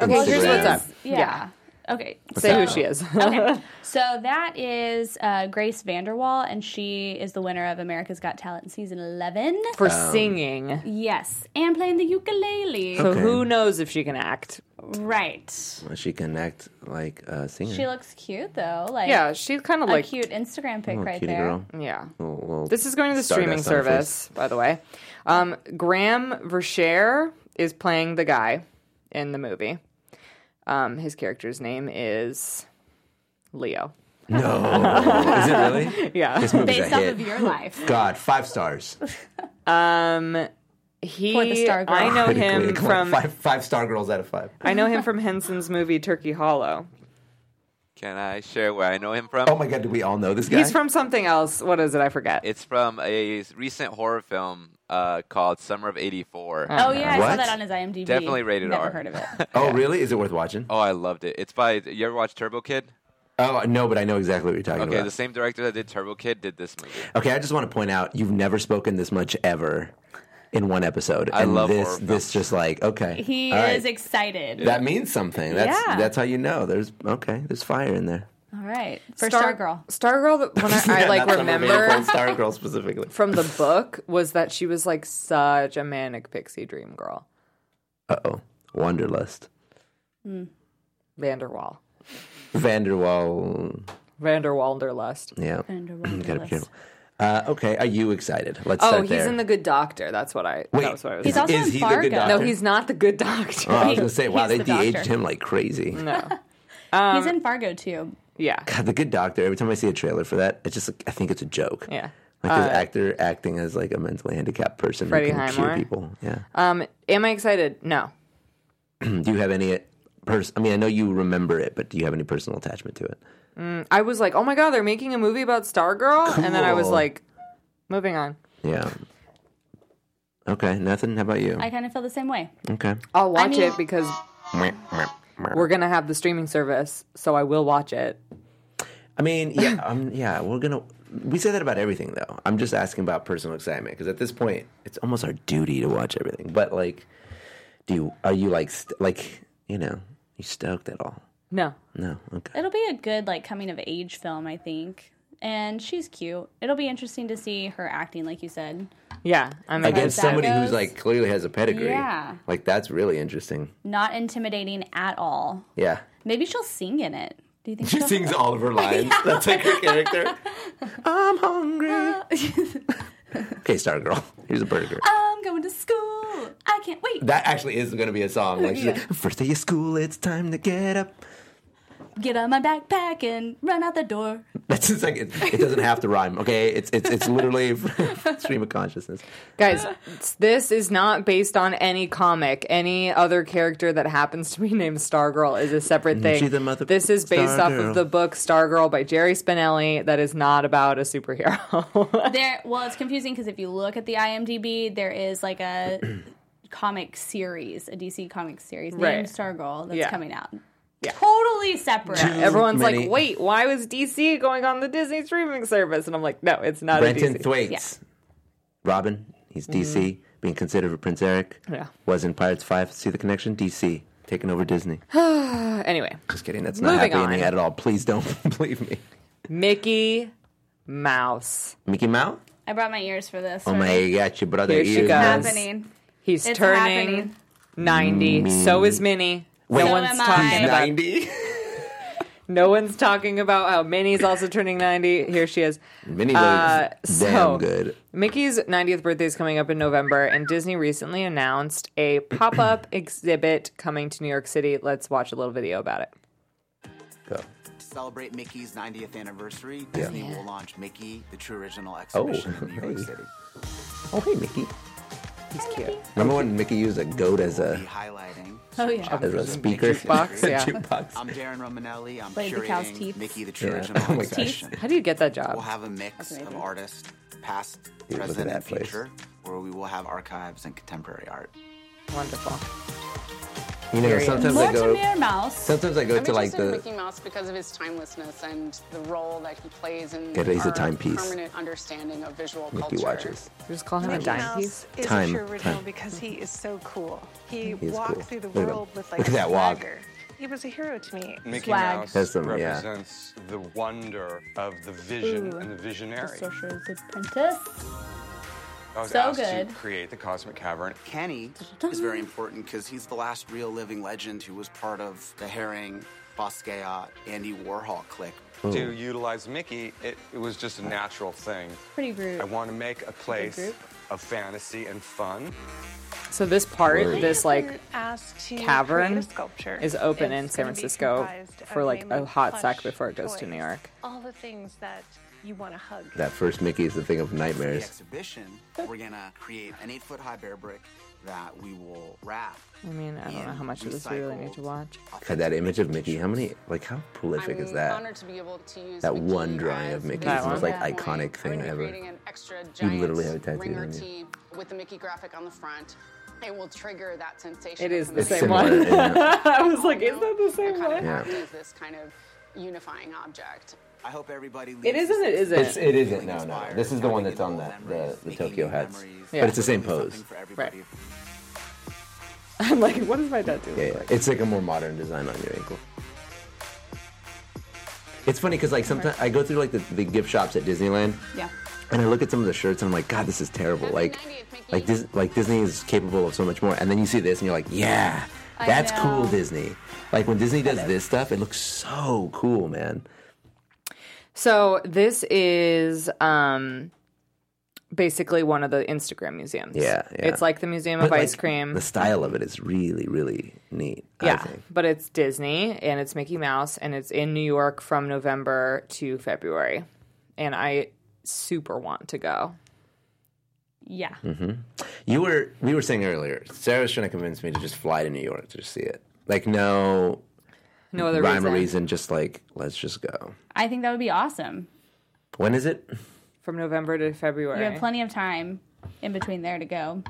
Speaker 1: Okay, here's
Speaker 3: Instagram?
Speaker 1: what's up.
Speaker 4: Yeah.
Speaker 1: Yeah.
Speaker 4: Okay.
Speaker 1: say who
Speaker 4: so-
Speaker 1: she is.
Speaker 4: okay. So that is uh, Grace Vanderwall, and she is the winner of America's Got Talent season 11.
Speaker 1: For singing.
Speaker 4: Yes, and playing the ukulele.
Speaker 1: So
Speaker 3: Okay.
Speaker 1: who knows if she can act?
Speaker 4: Right.
Speaker 3: Well, She can act like a singer.
Speaker 4: She looks cute though. Like
Speaker 1: Yeah, she's kind of
Speaker 4: a
Speaker 1: like
Speaker 4: cute Instagram pic
Speaker 3: Little
Speaker 4: right
Speaker 3: Oh, cutie
Speaker 4: there.
Speaker 3: girl. Oh,
Speaker 1: yeah.
Speaker 3: Little- little
Speaker 1: This is going to the
Speaker 3: stardust
Speaker 1: streaming
Speaker 3: on her face.
Speaker 1: service, by the way. Um, Graham Vercher is playing the guy in the movie. Um, his character's name is Leo.
Speaker 3: No. is it really?
Speaker 1: Yeah.
Speaker 3: This movie's
Speaker 4: Based
Speaker 3: a
Speaker 4: off
Speaker 3: hit.
Speaker 4: of your life.
Speaker 3: God, five stars.
Speaker 1: He,
Speaker 4: Poor the star girl.
Speaker 1: I know
Speaker 3: Critically
Speaker 1: him from
Speaker 3: acclaimed. five five star girls out of five.
Speaker 1: I know him from Henson's movie Turkey Hollow.
Speaker 5: Can I share where I know him from?
Speaker 3: Oh my god, do we all know this guy?
Speaker 1: He's from something else. What is it? I forget.
Speaker 5: It's from a s- recent horror film uh, called Summer of '84.
Speaker 4: Oh yeah, I saw
Speaker 3: What?
Speaker 4: that on his IMDb.
Speaker 5: Definitely rated
Speaker 4: Never
Speaker 5: R.
Speaker 4: heard of it.
Speaker 3: Oh really? Is it worth watching?
Speaker 5: Oh, I loved it. It's by. You ever watch Turbo Kid?
Speaker 3: Oh no, but I know exactly what you're talking
Speaker 5: Okay,
Speaker 3: about.
Speaker 5: the same director that did Turbo Kid did this movie.
Speaker 3: Okay, I just want to point out you've never spoken this much ever in one episode.
Speaker 5: I
Speaker 3: and
Speaker 5: love
Speaker 3: this
Speaker 5: horror
Speaker 3: this just like okay.
Speaker 4: He
Speaker 3: all right.
Speaker 4: is excited.
Speaker 3: that means something. That's
Speaker 4: Yeah.
Speaker 3: that's how you know. There's okay, there's fire in there.
Speaker 4: All right. For Star, Girl.
Speaker 1: Stargirl, that- when I, I like remember
Speaker 3: Star Girl specifically.
Speaker 1: from the book was that she was like such a manic pixie dream girl.
Speaker 3: Uh oh. Wanderlust.
Speaker 1: Vanderwall.
Speaker 3: Vanderwall
Speaker 1: Vanderwalderlust.
Speaker 3: Yeah. Gotta be
Speaker 4: Underwater.
Speaker 3: careful. Uh, okay, are you excited? Let's
Speaker 1: Oh,
Speaker 3: start
Speaker 1: he's
Speaker 3: there.
Speaker 1: in the Good Doctor. That's what I.
Speaker 3: Wait,
Speaker 1: that was what I was.
Speaker 4: He's also
Speaker 3: is
Speaker 4: in
Speaker 3: he the
Speaker 4: Fargo.
Speaker 3: good doctor?
Speaker 1: no, he's not the Good Doctor.
Speaker 3: Oh, I was gonna say, wow,
Speaker 4: He's
Speaker 3: they
Speaker 4: the doctor.
Speaker 3: de-aged him like crazy.
Speaker 1: No. um,
Speaker 4: He's in Fargo too.
Speaker 1: Yeah.
Speaker 3: God, the good doctor. Every time I see a trailer for that, it's just like, I think it's a joke.
Speaker 1: Yeah. Uh,
Speaker 3: Like this actor acting as like a mentally handicapped person
Speaker 1: Freddie
Speaker 3: who can
Speaker 1: Highmore.
Speaker 3: cure people. Yeah.
Speaker 1: Um. Am I excited? No.
Speaker 3: do you have any uh, pers- I mean, I know you remember it, but do you have any personal attachment to it?
Speaker 1: I was like, oh my god, they're making a movie about Stargirl, and then I was
Speaker 3: Cool.
Speaker 1: like, moving on.
Speaker 3: Yeah. Okay, nothing. How about you?
Speaker 4: I kind of feel the same way.
Speaker 3: okay.
Speaker 1: I'll watch
Speaker 4: mean-
Speaker 1: it because we're gonna have the streaming service, so I will watch it.
Speaker 3: I mean, yeah, um, yeah, we're gonna. We say that about everything, though. I'm just asking about personal excitement because at this point, it's almost our duty to watch everything. But like, do you are you like st- like you know you stoked at all?
Speaker 1: No.
Speaker 3: No, okay.
Speaker 4: It'll be a good like coming of age film, I think. And she's cute. It'll be interesting to see her acting, like you said.
Speaker 1: Yeah. I'm
Speaker 3: Against
Speaker 4: that
Speaker 3: somebody who's
Speaker 4: goes-
Speaker 3: like clearly has a pedigree.
Speaker 4: Yeah.
Speaker 3: like that's really interesting.
Speaker 4: Not intimidating at all.
Speaker 3: Yeah,
Speaker 4: Maybe she'll sing in it. Do you think
Speaker 3: she
Speaker 4: she'll-
Speaker 3: sings all of her lines. That's like her character. I'm hungry. okay, Star Girl. Here's a burger.
Speaker 4: I'm going to school. I can't wait.
Speaker 3: That actually is going to be a song. Like, she's
Speaker 4: Yeah.
Speaker 3: like, first day of school, it's time to get up.
Speaker 4: Get on my backpack and run out the door.
Speaker 3: That's just like it, it doesn't have to rhyme. Okay, it's it's it's literally stream of consciousness.
Speaker 1: Guys, it's- this is not based on any comic. Any other character that happens to be named Stargirl is a separate thing.
Speaker 3: she the mother-
Speaker 1: this is based off
Speaker 3: Stargirl.
Speaker 1: of the book Stargirl by Jerry Spinelli that is not about a superhero.
Speaker 4: There. Well, it's confusing because if you look at the IMDb, there is like a comic series, a DC comic series named
Speaker 1: Right.
Speaker 4: Stargirl that's
Speaker 1: Yeah.
Speaker 4: coming out. Totally separate.
Speaker 1: Everyone's
Speaker 3: many-
Speaker 1: like, wait, why was DC going on the Disney streaming service? And I'm like, no, it's not
Speaker 3: Brenton
Speaker 1: a DC.
Speaker 3: Thwaites, Robin, he's DC, being considered for Prince Eric.
Speaker 1: Mm-hmm. Yeah.
Speaker 3: was in Pirates Five. See the connection? DC taking over Disney.
Speaker 1: anyway,
Speaker 3: Just kidding. That's not
Speaker 1: Moving
Speaker 3: happy ending
Speaker 1: on.
Speaker 3: at all. Please don't believe me.
Speaker 1: Mickey Mouse.
Speaker 3: Mickey Mouse.
Speaker 4: I brought my ears for this.
Speaker 3: Oh
Speaker 4: Sorry.
Speaker 3: my god, your brother.
Speaker 1: Here she
Speaker 3: ears.
Speaker 1: goes.
Speaker 4: Happening.
Speaker 1: He's
Speaker 4: It's
Speaker 1: turning
Speaker 4: happening.
Speaker 1: 90. So is Minnie.
Speaker 3: Wait.
Speaker 1: no
Speaker 3: So
Speaker 1: one's
Speaker 4: am I.
Speaker 1: talking
Speaker 4: She's
Speaker 1: about
Speaker 3: Ninety.
Speaker 1: no one's talking about how Minnie's also turning 90. Here she is.
Speaker 3: Minnie looks
Speaker 1: Uh,
Speaker 3: damn
Speaker 1: so-
Speaker 3: good.
Speaker 1: Mickey's 90th birthday is coming up in November, and Disney recently announced a pop up exhibit coming to New York City. Let's watch a little video about it.
Speaker 3: Go.
Speaker 6: celebrate Mickey's 90th anniversary, Disney
Speaker 1: Yeah.
Speaker 6: will launch Mickey, the true
Speaker 3: Oh.
Speaker 6: original exhibition in New York
Speaker 3: hey.
Speaker 6: City.
Speaker 3: Oh hey Mickey.
Speaker 1: He's cute.
Speaker 3: Remember when Mickey used a goat as a
Speaker 6: Be highlighting.
Speaker 4: Oh yeah.
Speaker 3: as a speaker?
Speaker 1: Box, yeah.
Speaker 3: Jukebox.
Speaker 6: I'm Darren Romanelli. I'm
Speaker 4: Played the cow's
Speaker 6: curating
Speaker 4: teeth.
Speaker 6: Mickey, the true
Speaker 3: Yeah.
Speaker 6: original
Speaker 3: Oh my gosh.
Speaker 6: exhibition.
Speaker 1: How do you get that job?
Speaker 6: We'll have a mix of
Speaker 4: amazing.
Speaker 6: artists, past,
Speaker 3: Dude, look at
Speaker 6: present,
Speaker 3: that
Speaker 6: and
Speaker 3: place.
Speaker 6: future, where we will have archives and contemporary art.
Speaker 1: Wonderful.
Speaker 3: You know,
Speaker 1: Period.
Speaker 3: sometimes
Speaker 4: More
Speaker 3: I
Speaker 4: to
Speaker 3: go.
Speaker 4: Mirror Mouse.
Speaker 3: Sometimes I go
Speaker 7: I'm
Speaker 3: to like
Speaker 7: interested in Mickey
Speaker 3: the.
Speaker 7: Mouse because of his timelessness and the role that he plays in
Speaker 3: Yeah, he's a
Speaker 7: our
Speaker 3: timepiece.
Speaker 7: permanent understanding of visual
Speaker 3: Mickey
Speaker 7: culture.
Speaker 3: watches.
Speaker 1: You just call him a
Speaker 8: Mickey
Speaker 1: dime piece.
Speaker 8: Mouse is
Speaker 3: Time,
Speaker 8: a true original
Speaker 3: time.
Speaker 8: because he is so cool. He,
Speaker 3: He is
Speaker 8: walked
Speaker 3: cool.
Speaker 8: through the
Speaker 3: Look at him.
Speaker 8: world with like
Speaker 3: Look at
Speaker 8: a
Speaker 3: that walk.
Speaker 8: swagger. He was a hero to me.
Speaker 9: Mickey
Speaker 4: Swag.
Speaker 9: Mouse
Speaker 3: That's some- yeah.
Speaker 9: represents the wonder of the vision
Speaker 4: Ooh.
Speaker 9: and the visionary.
Speaker 4: Sorcerer's Apprentice.
Speaker 9: I was
Speaker 4: so
Speaker 9: asked
Speaker 4: good.
Speaker 9: to create the Cosmic Cavern.
Speaker 6: Kenny is very important because he's the last real living legend who was part of the Herring, Basquiat, Andy Warhol clique.
Speaker 9: To utilize Mickey, it, it was just a natural thing.
Speaker 4: Pretty rude.
Speaker 9: I want to make a place
Speaker 4: group.
Speaker 9: of fantasy and fun.
Speaker 1: So this part,
Speaker 3: Word.
Speaker 1: this
Speaker 8: Been
Speaker 1: like
Speaker 8: asked to create
Speaker 1: cavern
Speaker 8: a sculpture.
Speaker 1: is open
Speaker 8: It's
Speaker 1: in San
Speaker 8: gonna be
Speaker 1: Francisco
Speaker 8: comprised of
Speaker 1: for like a
Speaker 8: mainly
Speaker 1: hot
Speaker 8: plush
Speaker 1: sec before it goes to
Speaker 8: toys.
Speaker 1: New York.
Speaker 8: All the things that you want to hug.
Speaker 3: That first Mickey is the thing of
Speaker 6: The
Speaker 3: nightmares.
Speaker 6: exhibition, we're gonna create an eight foot high bear brick that we will wrap.
Speaker 1: I mean, I don't know how much of this we really need to watch.
Speaker 3: God, that image of Mickey. How many? Like, how prolific
Speaker 7: I'm
Speaker 3: is that?
Speaker 7: honored to be able to use
Speaker 3: That
Speaker 7: Mickey
Speaker 3: one drawing
Speaker 7: as
Speaker 3: of Mickey
Speaker 1: is
Speaker 7: the
Speaker 1: the most,
Speaker 3: like,
Speaker 7: PowerPoint.
Speaker 3: iconic
Speaker 7: I'm
Speaker 3: thing
Speaker 7: gonna be
Speaker 3: ever.
Speaker 7: creating an extra giant
Speaker 3: literally have it tattooed
Speaker 7: ringer
Speaker 3: on you.
Speaker 7: tee with the Mickey graphic on the front. It will trigger that sensation.
Speaker 1: It
Speaker 7: of
Speaker 1: is the same
Speaker 3: similar,
Speaker 1: one.
Speaker 3: isn't it?
Speaker 1: I was like,
Speaker 7: familiarity.
Speaker 1: is that the same
Speaker 7: Kind of
Speaker 1: one?
Speaker 3: Yeah.
Speaker 7: act as this kind of unifying object.
Speaker 6: I hope everybody leaves
Speaker 1: It isn't. It isn't.
Speaker 3: It's, it isn't. No, no. This is the one that's on the, the, the Tokyo hats. But it's the same pose.
Speaker 1: Right. I'm like, what is my dad doing?
Speaker 3: Yeah, yeah. It's like a more modern design on your ankle. It's funny because like sometimes I go through like the, the gift shops at Disneyland,
Speaker 4: Yeah.
Speaker 3: and I look at some of the shirts and I'm like, God, this is terrible.
Speaker 7: Happy
Speaker 3: Like,
Speaker 7: 90th, Mickey.
Speaker 3: like Dis- like Disney is capable of so much more. And then you see this and you're like, Yeah,
Speaker 4: I
Speaker 3: that's
Speaker 4: know.
Speaker 3: cool, Disney. Like when Disney does this stuff, it looks so cool, man.
Speaker 1: So this is um basically one of the Instagram museums.
Speaker 3: Yeah, yeah.
Speaker 1: It's like the Museum of
Speaker 3: But,
Speaker 1: Ice
Speaker 3: like,
Speaker 1: Cream.
Speaker 3: The style of it is really, really neat. I
Speaker 1: yeah,
Speaker 3: think.
Speaker 1: but it's Disney and it's Mickey Mouse and it's in New York from November to February. And I super want to go.
Speaker 4: Yeah.
Speaker 3: You were we were saying earlier, Sarah's trying to convince me to just fly to New York to just see it. Like no
Speaker 1: No other
Speaker 3: rhyme
Speaker 1: reason.
Speaker 3: or reason, just like let's just go.
Speaker 4: I think that would be awesome.
Speaker 3: When is it?
Speaker 1: From November to February.
Speaker 4: You have plenty of time in between there to go.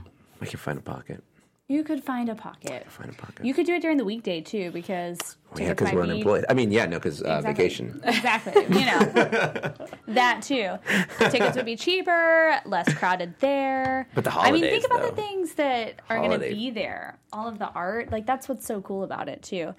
Speaker 3: I can find a pocket.
Speaker 4: You could find a pocket.
Speaker 3: Find a pocket.
Speaker 4: You could do it during the weekday too, because
Speaker 3: yeah,
Speaker 4: tickets
Speaker 3: because
Speaker 4: might
Speaker 3: we're
Speaker 4: be-
Speaker 3: unemployed. I mean, yeah, no, because uh,
Speaker 4: Exactly.
Speaker 3: vacation.
Speaker 4: Exactly. You know that too. Tickets would be cheaper, less crowded there.
Speaker 3: But the
Speaker 4: I mean, think
Speaker 3: holidays,
Speaker 4: about the
Speaker 3: though.
Speaker 4: things that are going to
Speaker 3: Holiday.
Speaker 4: be there. All of the art, like that's what's so cool about it too.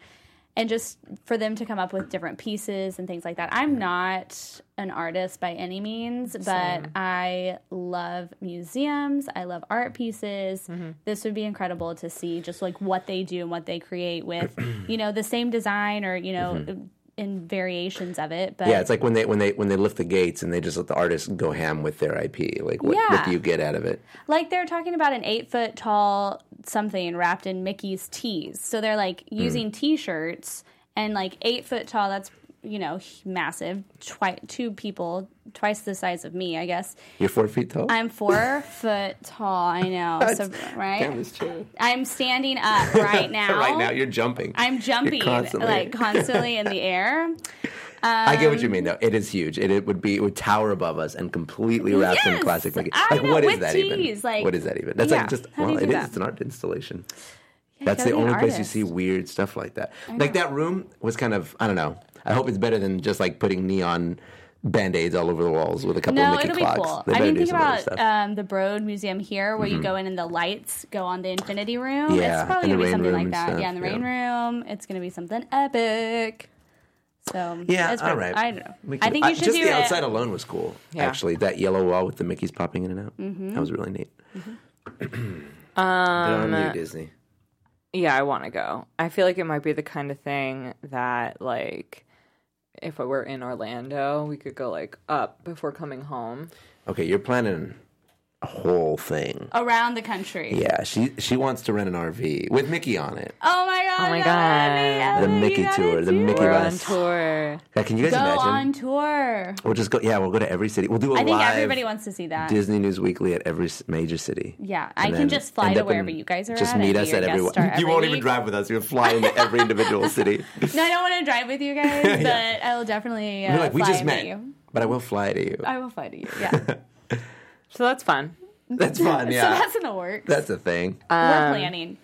Speaker 4: And just for them to come up with different pieces and things like that. I'm not an artist by any means, but I love museums. I love art pieces. This would be incredible to see just like what they do and what they create with, you know, the same design or, you know, in variations of it. But
Speaker 3: Yeah, it's like when they when they when they lift the gates and they just let the artists go ham with their IP. Like, what, what
Speaker 4: Yeah.
Speaker 3: do you get out of it?
Speaker 4: Like they're talking about an eight foot tall something wrapped in Mickey's tees. So they're like
Speaker 3: Hmm.
Speaker 4: using t shirts and like eight foot tall. That's you know h- massive. Twi- two people, twice the size of me, I guess.
Speaker 3: You're four feet tall.
Speaker 4: I'm four foot tall. I know. So,
Speaker 3: Damn,
Speaker 4: right.
Speaker 3: this chair.
Speaker 4: I'm standing up right now.
Speaker 3: Right now, you're jumping.
Speaker 4: I'm jumping
Speaker 3: constantly-
Speaker 4: like constantly in the air.
Speaker 3: I get what
Speaker 4: Um,
Speaker 3: you mean, though. It is huge. It, it would be it would tower above us and completely wrapped in
Speaker 4: Yes!
Speaker 3: classic Mickey.
Speaker 4: I
Speaker 3: Like,
Speaker 4: know,
Speaker 3: what is
Speaker 4: with
Speaker 3: that even?
Speaker 4: tees, like-
Speaker 3: what is that even? That's
Speaker 4: Yeah,
Speaker 3: like just
Speaker 4: how do
Speaker 3: well,
Speaker 4: you do
Speaker 3: it is.
Speaker 4: that?
Speaker 3: It's an art installation. That's
Speaker 4: gotta
Speaker 3: the
Speaker 4: be an
Speaker 3: only place you
Speaker 4: artist.
Speaker 3: see weird stuff like that. Like that room was kind of I don't know. I hope it's better than just like putting neon band aids all over the walls with a couple
Speaker 4: No,
Speaker 3: of Mickey
Speaker 4: it'll
Speaker 3: clocks.
Speaker 4: be cool.
Speaker 3: They
Speaker 4: I
Speaker 3: better
Speaker 4: mean,
Speaker 3: do
Speaker 4: think
Speaker 3: some other
Speaker 4: about
Speaker 3: stuff. Mm-hmm.
Speaker 4: um, the Broad Museum here, where you go in and the lights go on the Infinity Room.
Speaker 3: Yeah,
Speaker 4: it's probably
Speaker 3: and the
Speaker 4: gonna be
Speaker 3: rain
Speaker 4: something
Speaker 3: room
Speaker 4: like
Speaker 3: and
Speaker 4: that.
Speaker 3: stuff,
Speaker 4: yeah, in the rain room, it's gonna be something epic. So
Speaker 3: Yeah,
Speaker 4: it's
Speaker 3: all
Speaker 4: pretty-
Speaker 3: right.
Speaker 4: I don't know.
Speaker 3: We
Speaker 4: I
Speaker 3: could- uh,
Speaker 4: think you should
Speaker 3: just
Speaker 4: do
Speaker 3: the
Speaker 4: it.
Speaker 3: outside alone was cool.
Speaker 1: Yeah.
Speaker 3: Actually, that yellow wall with the Mickey's popping in and out. That was really neat.
Speaker 4: Mm-hmm.
Speaker 3: um, Disney.
Speaker 1: yeah, I want to go. I feel like it might be the kind of thing that like if we were in Orlando, we could go like up before coming home.
Speaker 3: Okay, you're planning a whole thing.
Speaker 4: around the country.
Speaker 3: Yeah, she she wants to rent an RV with Mickey on it.
Speaker 4: Oh my god!
Speaker 1: Oh my
Speaker 4: no,
Speaker 1: God.
Speaker 3: The
Speaker 4: Emily, Emily,
Speaker 3: Mickey
Speaker 4: you gotta
Speaker 3: tour, the
Speaker 4: do
Speaker 3: Mickey
Speaker 4: it.
Speaker 1: We're on
Speaker 3: bus.
Speaker 1: tour.
Speaker 3: Yeah, can you guys
Speaker 4: Go
Speaker 3: imagine?
Speaker 4: on tour.
Speaker 3: We'll just go. Yeah, we'll go to every city. We'll do a
Speaker 4: I think
Speaker 3: live
Speaker 4: everybody wants to see that.
Speaker 3: Disney News Weekly at every s- major city.
Speaker 4: Yeah, I
Speaker 3: And
Speaker 4: can
Speaker 3: then
Speaker 4: just fly
Speaker 3: end
Speaker 4: to
Speaker 3: up
Speaker 4: wherever
Speaker 3: in-
Speaker 4: you guys are
Speaker 3: Just
Speaker 4: at.
Speaker 3: meet
Speaker 4: I'd be
Speaker 3: us
Speaker 4: your
Speaker 3: at
Speaker 4: guest
Speaker 3: every.
Speaker 4: star every
Speaker 3: you won't even
Speaker 4: week.
Speaker 3: drive with us. You'll fly into every individual city.
Speaker 4: No, I don't want to drive with you guys, but I will definitely. Uh,
Speaker 3: You're like, we
Speaker 4: fly
Speaker 3: just
Speaker 4: and
Speaker 3: met,
Speaker 4: meet you.
Speaker 3: but I will fly to you.
Speaker 4: I will fly to you. Yeah.
Speaker 1: So that's fun.
Speaker 3: That's fun. Yeah,
Speaker 4: So that's in the works.
Speaker 3: That's a thing.
Speaker 4: We're planning.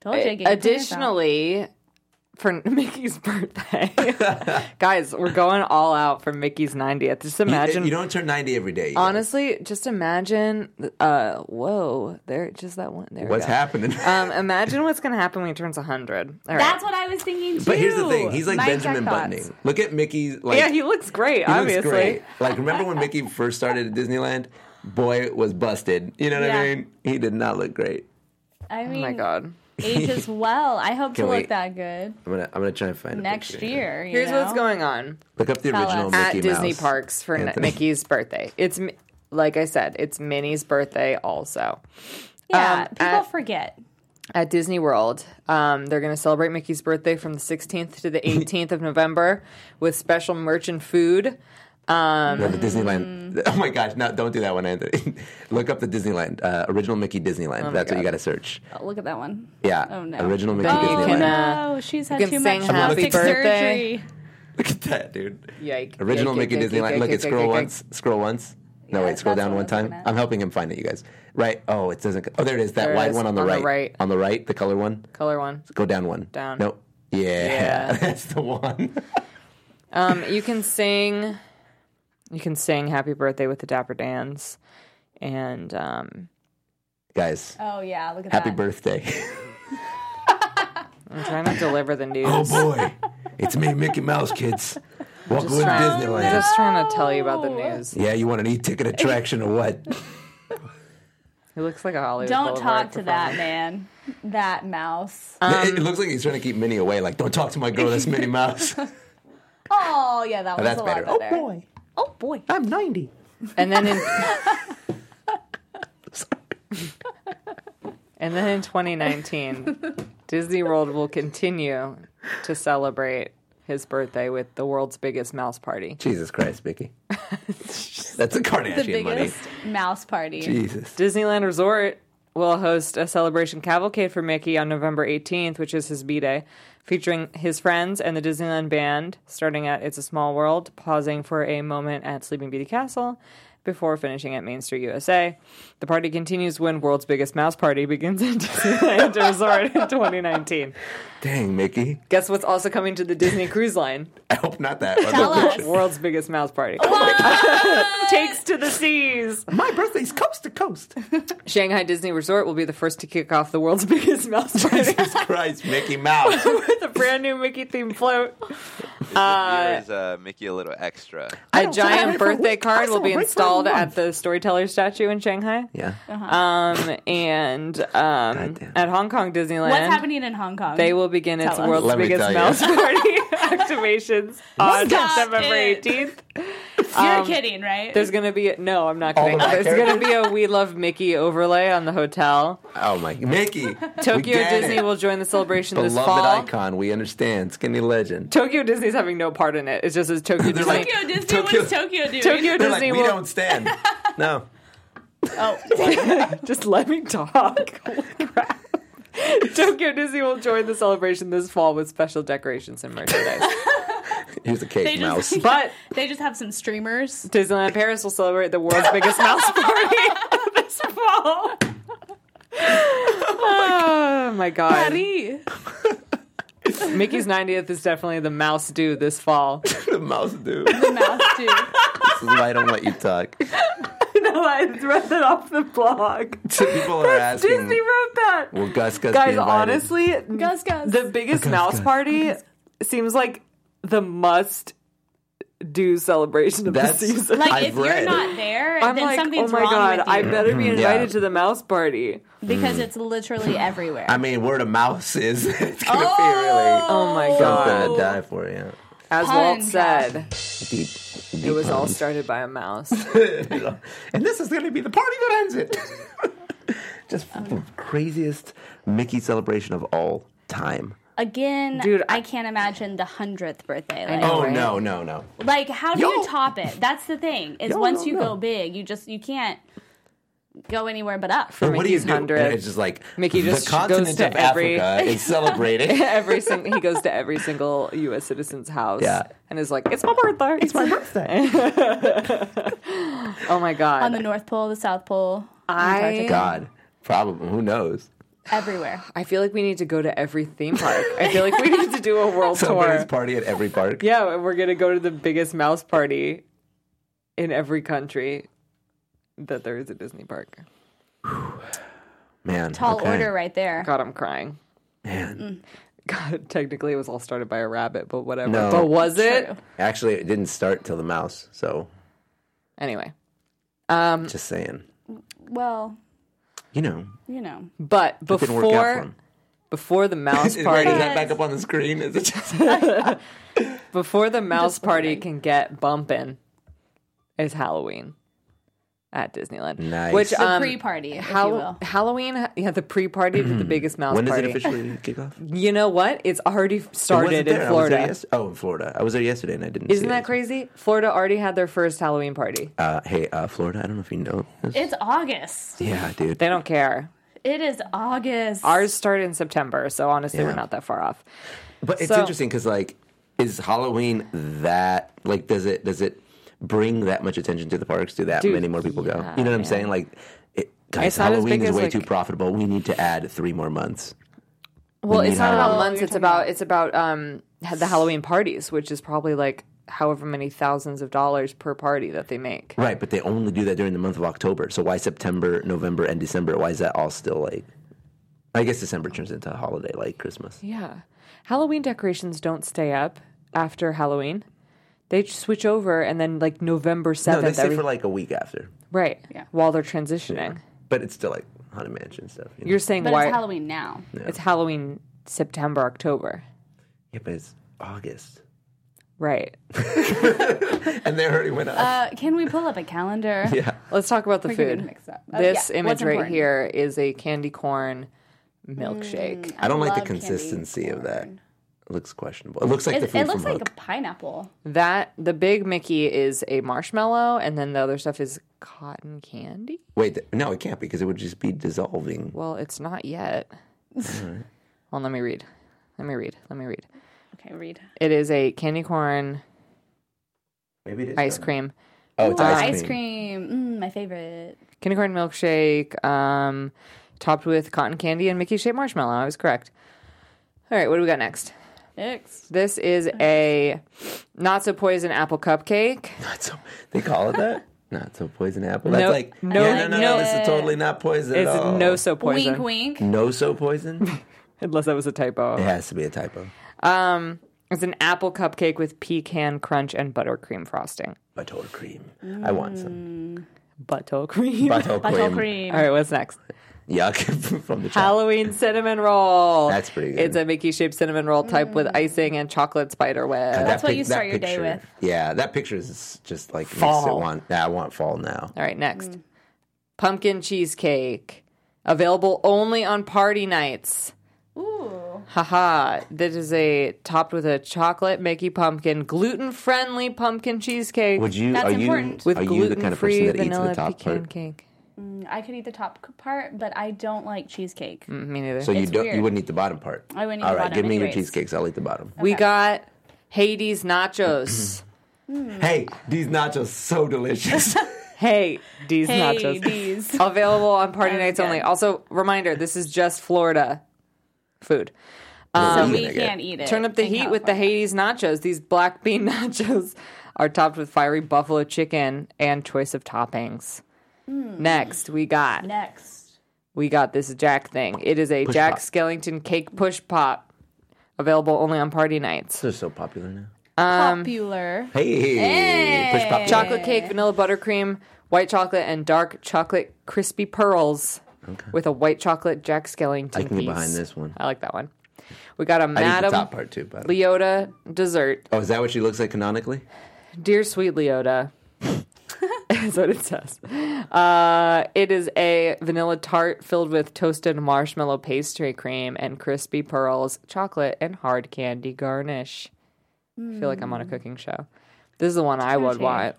Speaker 4: Told you. get your plans out.
Speaker 1: Additionally, for Mickey's birthday, guys, we're going all out for Mickey's 90th. Just imagine.
Speaker 3: you, you don't turn 90 every day.
Speaker 1: honestly, just imagine. Uh, whoa, there, just that one. There. we
Speaker 3: what's
Speaker 1: go.
Speaker 3: happening?
Speaker 1: Um, imagine what's gonna happen when he turns 100. All right.
Speaker 4: that's what I was thinking too.
Speaker 3: but here's the thing: he's like
Speaker 4: My
Speaker 3: Benjamin
Speaker 4: exact
Speaker 3: Buttoning.
Speaker 4: thoughts.
Speaker 3: Look at Mickey. Like,
Speaker 1: yeah, he looks great.
Speaker 3: he
Speaker 1: obviously,
Speaker 3: looks great. Like remember when Mickey first started at Disneyland? Boy was busted. You know what I
Speaker 4: Yeah.
Speaker 3: mean? He did not look great.
Speaker 4: I
Speaker 1: oh
Speaker 4: mean,
Speaker 1: my god.
Speaker 4: age as well. I hope to
Speaker 3: Can we-
Speaker 4: look that good
Speaker 3: I'm gonna I'm gonna try and find a
Speaker 4: next
Speaker 3: picture.
Speaker 4: year. you
Speaker 1: Here's what's
Speaker 4: know?
Speaker 1: going on.
Speaker 3: Look up the
Speaker 4: Tell
Speaker 3: original
Speaker 4: us.
Speaker 3: Mickey
Speaker 1: at Disney
Speaker 3: Mouse.
Speaker 1: parks for N-
Speaker 3: Anthony.
Speaker 1: Mickey's birthday. It's Mi- like I said, it's Minnie's birthday also.
Speaker 4: Yeah,
Speaker 1: um,
Speaker 4: people
Speaker 1: at-
Speaker 4: forget.
Speaker 1: At Disney World, um, they're going to celebrate Mickey's birthday from the 16th to the 18th of November with special merch and food.
Speaker 3: No, the
Speaker 4: Mm.
Speaker 3: Disneyland. Oh my gosh! No, don't do that one, Anthony. Look up the Disneyland uh, original Mickey Disneyland. That's what you got to search.
Speaker 4: Oh, look at that one.
Speaker 3: Yeah,
Speaker 4: Oh no.
Speaker 3: original Mickey
Speaker 1: you
Speaker 3: Disneyland.
Speaker 1: can, uh,
Speaker 4: oh, she's had
Speaker 1: can
Speaker 4: too
Speaker 1: sing
Speaker 4: much
Speaker 1: happy
Speaker 4: plastic
Speaker 1: birthday.
Speaker 4: surgery.
Speaker 3: Look at that, dude.
Speaker 1: Yike.
Speaker 3: Original
Speaker 1: Yike,
Speaker 3: Mickey
Speaker 1: yike,
Speaker 3: Disneyland.
Speaker 1: yike,
Speaker 3: Look
Speaker 1: yike,
Speaker 3: at scroll
Speaker 1: yike,
Speaker 3: once. Scroll once. No,
Speaker 4: Yeah,
Speaker 3: wait, scroll
Speaker 4: that's
Speaker 3: down
Speaker 4: what
Speaker 3: one
Speaker 4: I'm looking
Speaker 3: time.
Speaker 4: at.
Speaker 3: I'm helping him find it, you guys. Right. Oh, it doesn't. Oh, there it is. That
Speaker 1: There it
Speaker 3: wide
Speaker 1: is,
Speaker 3: one on the
Speaker 1: on the
Speaker 3: right.
Speaker 1: right.
Speaker 3: On the right, the color one.
Speaker 1: Color one.
Speaker 3: Go down one.
Speaker 1: Down.
Speaker 3: Nope. Yeah,
Speaker 1: Yeah.
Speaker 3: that's the one.
Speaker 1: Um, you can sing. You can sing "Happy Birthday" with the Dapper Dans, and um,
Speaker 3: guys,
Speaker 4: Oh yeah, look at
Speaker 3: happy
Speaker 4: that.
Speaker 3: birthday.
Speaker 1: I'm trying to deliver the news.
Speaker 3: oh boy, it's me, Mickey Mouse, kids. Welcome to
Speaker 1: trying-
Speaker 3: Disneyland.
Speaker 1: Just trying to tell you about the news.
Speaker 3: Yeah, you want an e-ticket attraction or what?
Speaker 1: He looks like a Hollywood.
Speaker 4: Don't
Speaker 1: Boulevard
Speaker 4: talk to that man. That mouse.
Speaker 1: Um,
Speaker 3: it, it looks like he's trying to keep Minnie away. Like, don't talk to my girl. That's Minnie Mouse.
Speaker 4: Oh yeah, that was
Speaker 3: that's
Speaker 4: a lot
Speaker 3: better.
Speaker 4: better.
Speaker 3: Oh boy,
Speaker 4: Oh boy.
Speaker 3: I'm 90.
Speaker 1: performer. And then in And then in 2019, Disney World will continue to celebrate his birthday with the world's biggest mouse party.
Speaker 3: Jesus Christ, Mickey. That's a Kardashian
Speaker 4: the
Speaker 3: money.
Speaker 4: biggest mouse party.
Speaker 3: Jesus.
Speaker 1: Disneyland Resort will host a celebration cavalcade for Mickey on November 18th, which is his B day, featuring his friends and the Disneyland band, starting at It's a Small World, pausing for a moment at Sleeping Beauty Castle before finishing at Main Street USA. The party continues when World's Biggest Mouse Party begins at Disneyland Resort in 2019.
Speaker 3: Dang, Mickey.
Speaker 1: Guess what's also coming to the Disney Cruise Line?
Speaker 3: I hope not that.
Speaker 4: Tell us.
Speaker 1: World's Biggest Mouse Party. Takes to the seas.
Speaker 3: My birthday's coast to coast.
Speaker 1: Shanghai Disney Resort will be the first to kick off the world's biggest mouse party
Speaker 3: Jesus Christ, Mickey Mouse.
Speaker 1: with a brand new Mickey themed float.
Speaker 5: Here's uh, Mickey a little extra.
Speaker 1: A
Speaker 3: don't celebrate
Speaker 1: giant
Speaker 3: for a
Speaker 1: birthday
Speaker 3: week. I
Speaker 1: card will be
Speaker 3: celebrate for a
Speaker 1: installed at
Speaker 3: month.
Speaker 1: the storyteller statue in Shanghai.
Speaker 3: Yeah.
Speaker 1: Um, and um,
Speaker 3: Goddamn.
Speaker 1: at Hong Kong Disneyland.
Speaker 4: What's happening in Hong Kong?
Speaker 1: They will begin its
Speaker 4: Tell us.
Speaker 1: world's
Speaker 3: Let me
Speaker 1: biggest
Speaker 3: tell you.
Speaker 1: mouse party activations on
Speaker 4: Stop
Speaker 1: November
Speaker 4: it.
Speaker 1: 18th.
Speaker 4: You're kidding, right?
Speaker 1: Um, There's going to be no, I'm not
Speaker 3: All
Speaker 1: kidding.
Speaker 3: the black
Speaker 1: There's going to be a We Love Mickey overlay on the hotel.
Speaker 3: Oh my, Mickey. we
Speaker 1: Tokyo
Speaker 3: get it.
Speaker 1: Disney will join the celebration this
Speaker 3: Beloved
Speaker 1: fall.
Speaker 3: icon, we understand. Skinny legend.
Speaker 1: Tokyo Disney's having no part in it. It's just as Tokyo Disney.
Speaker 3: like-
Speaker 4: Tokyo Disney. What
Speaker 3: Tokyo-
Speaker 4: is Tokyo doing?
Speaker 1: Tokyo
Speaker 3: They're
Speaker 1: Disney
Speaker 3: like, we
Speaker 1: will
Speaker 3: don't stand. no.
Speaker 1: just let me talk. Holy crap. Tokyo Disney will join the celebration this fall with special decorations and merchandise.
Speaker 3: Here's a cake,
Speaker 4: They
Speaker 3: mouse.
Speaker 4: just-
Speaker 1: But
Speaker 4: They just have some streamers.
Speaker 1: Disneyland Paris will celebrate the world's biggest mouse party this fall. Oh my god.
Speaker 4: Daddy.
Speaker 1: Mickey's 90th is definitely the mouse do this fall.
Speaker 3: the mouse dude.
Speaker 4: The mouse dude.
Speaker 3: This is why I don't let you talk.
Speaker 1: no, I read that off the blog.
Speaker 3: So people are asking.
Speaker 1: Disney wrote that.
Speaker 3: Will Gus Gus be
Speaker 1: Guys,
Speaker 3: invited?
Speaker 1: honestly,
Speaker 4: Gus, Gus.
Speaker 1: the biggest mouse party seems like the must do celebration of
Speaker 3: That's-
Speaker 1: the season.
Speaker 4: Like
Speaker 3: I've
Speaker 4: if
Speaker 3: read.
Speaker 4: you're not there,
Speaker 1: I'm
Speaker 4: then
Speaker 1: like, oh
Speaker 4: something's
Speaker 1: my
Speaker 4: wrong
Speaker 1: god,
Speaker 4: with you
Speaker 1: I better be invited
Speaker 3: Mm-hmm. Yeah.
Speaker 1: to the mouse party.
Speaker 4: because it's literally everywhere.
Speaker 3: I mean, word of mouse is it's gonna
Speaker 1: Oh my
Speaker 3: be really something
Speaker 1: god.
Speaker 3: to die for. Yeah.
Speaker 1: As Walt
Speaker 4: Pun
Speaker 1: said,
Speaker 3: Deep, deep
Speaker 1: it was all started by a mouse.
Speaker 3: and this is gonna be the party that ends it. Just the craziest Mickey celebration of all time.
Speaker 4: Again,
Speaker 1: Dude, I-
Speaker 4: I can't imagine the hundredth birthday. Like,
Speaker 1: know.
Speaker 3: Oh
Speaker 1: Right.
Speaker 3: no no no!
Speaker 4: like, how do
Speaker 3: Yo.
Speaker 4: you top it? That's the thing. Is
Speaker 3: Yo,
Speaker 4: once
Speaker 3: yo,
Speaker 4: you
Speaker 3: yo.
Speaker 4: go big, you just you can't go anywhere but up.
Speaker 3: But what do you
Speaker 1: Mickey's
Speaker 3: do?
Speaker 1: 100.
Speaker 3: And It's just like
Speaker 1: Mickey just
Speaker 3: the
Speaker 1: goes
Speaker 3: continent
Speaker 1: to
Speaker 3: of
Speaker 1: every-
Speaker 3: Africa is celebrating.
Speaker 1: every single he goes to every single U.S. citizen's house,
Speaker 3: Yeah.
Speaker 1: and is like, "It's my birthday! It's my birthday!" oh my god!
Speaker 4: On the North Pole, the South Pole,
Speaker 1: I
Speaker 3: God, probably who knows?
Speaker 4: everywhere.
Speaker 1: I feel like we need to go to every theme park. I feel like we need to do a world
Speaker 3: Somebody's
Speaker 1: tour.
Speaker 3: party at every park.
Speaker 1: Yeah, and we're gonna go to the biggest mouse party in every country that there is a Disney park.
Speaker 3: man.
Speaker 4: Tall
Speaker 3: okay.
Speaker 4: order right there.
Speaker 1: God, I'm crying. Mm.
Speaker 3: Man.
Speaker 1: God, technically it was all started by a rabbit, but whatever.
Speaker 3: No.
Speaker 1: But was it?
Speaker 3: Actually, it didn't start till the mouse. So
Speaker 1: Anyway.
Speaker 3: just saying,
Speaker 4: Well,
Speaker 3: you know.
Speaker 4: you know,
Speaker 1: But
Speaker 3: didn't work out for
Speaker 1: before
Speaker 3: him.
Speaker 1: before the mouse
Speaker 3: Is- Wait, is
Speaker 1: party
Speaker 3: that back up on the screen? Is it just
Speaker 1: before the mouse party can get bumping is Halloween at Disneyland.
Speaker 3: Nice.
Speaker 1: Which
Speaker 3: The
Speaker 1: um,
Speaker 4: pre-party, if
Speaker 1: Hall-
Speaker 4: you will.
Speaker 1: Halloween yeah, the pre party to the biggest mouse
Speaker 3: Hmm. when does
Speaker 1: party.
Speaker 3: it officially kick off? It
Speaker 1: You know what? It's already
Speaker 3: wasn't
Speaker 1: started in
Speaker 3: there. I was there
Speaker 1: Florida.
Speaker 3: yes- oh, in Florida. I was there yesterday and I didn't. see
Speaker 1: Isn't
Speaker 3: it.
Speaker 1: that crazy? Florida already had their first Halloween party.
Speaker 3: Uh, hey, uh, Florida. I don't know if you know. This.
Speaker 4: it's August.
Speaker 3: Yeah, dude.
Speaker 1: They don't care.
Speaker 4: It is August.
Speaker 1: Ours started in September, so honestly, we're
Speaker 3: Yeah.
Speaker 1: not that far off.
Speaker 3: But it's
Speaker 1: So-
Speaker 3: interesting because like, is Halloween that like does it does it bring that much attention to the parks? Do that
Speaker 1: Dude,
Speaker 3: many more people go? You know what I'm saying? Like, it, guys,
Speaker 1: It's not as
Speaker 3: Halloween
Speaker 1: big
Speaker 3: is
Speaker 1: as,
Speaker 3: way
Speaker 1: like-
Speaker 3: too profitable. We need to add three more months.
Speaker 1: Well,
Speaker 3: need
Speaker 1: it's not about
Speaker 3: Halloween.
Speaker 1: months. It's about, it's about um the Halloween parties, which is probably like however many thousands of dollars per party that they make.
Speaker 3: Right, but they only do that during the month of October. So why September, November, and December? Why is that all still like? I guess December turns into a holiday like Christmas.
Speaker 1: Yeah, Halloween decorations don't stay up after Halloween. They switch over, and then like November
Speaker 3: No, they
Speaker 1: seventh,
Speaker 3: stay for like a week after,
Speaker 1: right?
Speaker 4: Yeah.
Speaker 1: While they're transitioning,
Speaker 3: but it's still like haunted mansion stuff. you know?
Speaker 1: you're saying
Speaker 4: but
Speaker 1: why
Speaker 4: it's Halloween now.
Speaker 1: it's Halloween September October,
Speaker 3: yeah, but it's August,
Speaker 1: right?
Speaker 3: and they already went up.
Speaker 4: Uh, can we pull up a calendar?
Speaker 3: yeah,
Speaker 1: Let's talk about the
Speaker 4: We're
Speaker 1: food.
Speaker 4: getting mixed up. Oh,
Speaker 1: this
Speaker 4: yeah.
Speaker 1: image
Speaker 4: What's
Speaker 1: right
Speaker 4: important?
Speaker 1: here is a candy corn milkshake.
Speaker 4: Mm.
Speaker 3: I don't like the
Speaker 4: love candy
Speaker 3: consistency of that.
Speaker 4: corn.
Speaker 3: It looks questionable. It looks like the
Speaker 4: It,
Speaker 3: food
Speaker 4: it looks
Speaker 3: from
Speaker 4: like a
Speaker 3: Hook.
Speaker 4: pineapple.
Speaker 1: That the big Mickey is a marshmallow, and then the other stuff is cotton candy.
Speaker 3: Wait, th- no, it can't because it would just be dissolving.
Speaker 1: Well, it's not yet. well, let me read. Let me read. Let me read.
Speaker 4: Okay, read.
Speaker 1: It is a candy corn
Speaker 3: Maybe it is
Speaker 1: ice
Speaker 3: done.
Speaker 1: cream.
Speaker 3: Oh, it's
Speaker 4: Ooh,
Speaker 3: ice cream.
Speaker 4: ice cream. Mm, my favorite.
Speaker 1: candy corn milkshake, um, topped with cotton candy and Mickey shaped marshmallow. I was correct. All right, what do we got next?
Speaker 4: Next.
Speaker 1: This is
Speaker 4: Uh-huh.
Speaker 1: a not so poison apple cupcake.
Speaker 3: Not so. They call it that. not so poison apple. That's
Speaker 1: No-
Speaker 3: like
Speaker 1: no,
Speaker 3: no, no,
Speaker 1: no.
Speaker 3: This is totally not poison
Speaker 1: It's
Speaker 3: at all.
Speaker 1: no so poison.
Speaker 4: Wink, wink.
Speaker 3: No so poison.
Speaker 1: Unless that was a typo.
Speaker 3: It has to be a typo.
Speaker 1: It's an apple cupcake with pecan crunch and buttercream frosting.
Speaker 3: Buttercream. I want some.
Speaker 1: Buttercream.
Speaker 4: Mm. Butthole
Speaker 3: Buttercream.
Speaker 4: cream.
Speaker 1: All right, what's next?
Speaker 3: Yuck from the child.
Speaker 1: Halloween cinnamon roll.
Speaker 3: That's pretty good.
Speaker 1: It's a Mickey shaped cinnamon roll type with icing and chocolate spider web.
Speaker 4: That's what you start your day with.
Speaker 3: Yeah, that picture is just like makes it
Speaker 1: Fall.
Speaker 3: want. Yeah, I want fall now.
Speaker 1: All right, next. Pumpkin cheesecake. Available only on party nights.
Speaker 4: Ooh.
Speaker 1: Haha. This is a topped with a chocolate Mickey pumpkin, gluten friendly pumpkin cheesecake
Speaker 3: Would you?
Speaker 4: That's
Speaker 3: are you?
Speaker 4: important.
Speaker 1: with
Speaker 3: are you the
Speaker 1: gluten
Speaker 3: kind of person
Speaker 1: free
Speaker 3: that eats
Speaker 1: vanilla
Speaker 3: the top
Speaker 1: pecan
Speaker 3: part?
Speaker 1: cake.
Speaker 4: I could eat the top c- part, but I don't like cheesecake.
Speaker 1: Mm, Me neither.
Speaker 3: So you
Speaker 4: It's
Speaker 3: don't. You
Speaker 4: weird.
Speaker 3: wouldn't eat the bottom part.
Speaker 4: I wouldn't eat
Speaker 3: All
Speaker 4: the
Speaker 3: right,
Speaker 4: bottom
Speaker 3: give me your
Speaker 4: anyways.
Speaker 3: cheesecakes. I'll eat the bottom.
Speaker 1: We got Hades nachos.
Speaker 3: Hey, these nachos so delicious.
Speaker 1: hey, these
Speaker 4: Hey,
Speaker 1: nachos.
Speaker 4: these.
Speaker 1: Available on party nights
Speaker 4: good.
Speaker 1: only. Also, reminder this is just Florida food.
Speaker 4: so
Speaker 3: Um,
Speaker 4: we
Speaker 3: I get
Speaker 4: can't eat it.
Speaker 1: Turn up the
Speaker 4: in
Speaker 1: heat with the
Speaker 4: California.
Speaker 1: Hades nachos. These black bean nachos are topped with fiery buffalo chicken and choice of toppings. Hmm. Next, we got
Speaker 4: Next.
Speaker 1: we got this Jack thing. It is a Jack
Speaker 3: pop.
Speaker 1: Skellington cake push pop, available only on party nights.
Speaker 3: They're so popular now.
Speaker 1: Um,
Speaker 4: Popular.
Speaker 3: Hey, push pop
Speaker 1: Chocolate cake, vanilla buttercream, white chocolate, and dark chocolate crispy pearls with a white chocolate Jack Skellington.
Speaker 3: I can
Speaker 1: piece.
Speaker 3: get behind this one.
Speaker 1: I like that one. We got a
Speaker 3: I eat the
Speaker 1: Madam
Speaker 3: top part too. But
Speaker 1: Leota dessert.
Speaker 3: oh, is that what she looks like canonically?
Speaker 1: Dear sweet Leota. That's what it says. Uh, it is a vanilla tart filled with toasted marshmallow pastry cream and crispy pearls, chocolate, and hard candy garnish. I feel like I'm on a
Speaker 3: Hmm.
Speaker 1: cooking show. This is the one I would
Speaker 4: Touché.
Speaker 1: want.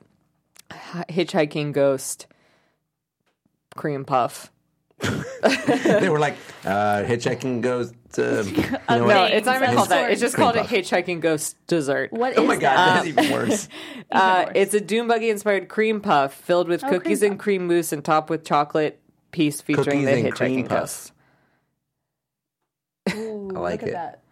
Speaker 1: Hitchhiking Ghost Cream Puff.
Speaker 3: they were like, uh, hitchhiking goes to. You
Speaker 4: Uh,
Speaker 3: know
Speaker 1: No,
Speaker 3: what?
Speaker 1: it's not even
Speaker 4: Things of
Speaker 1: called that.
Speaker 4: sorts.
Speaker 1: It's just
Speaker 3: Cream
Speaker 1: called
Speaker 3: puff.
Speaker 1: a Hitchhiking Ghost dessert.
Speaker 4: What is
Speaker 3: Oh my god,
Speaker 4: that?
Speaker 3: that's even worse.
Speaker 1: Uh,
Speaker 4: worse.
Speaker 1: it's a Doom Buggy inspired cream puff filled with
Speaker 4: Oh, cream
Speaker 1: cookies and
Speaker 4: puff.
Speaker 1: cream mousse and topped with chocolate piece featuring
Speaker 3: Cookies
Speaker 1: the
Speaker 3: and cream
Speaker 1: hitchhiking
Speaker 3: puffs.
Speaker 1: ghost.
Speaker 4: Ooh,
Speaker 3: I like
Speaker 4: look
Speaker 3: it.
Speaker 4: At that.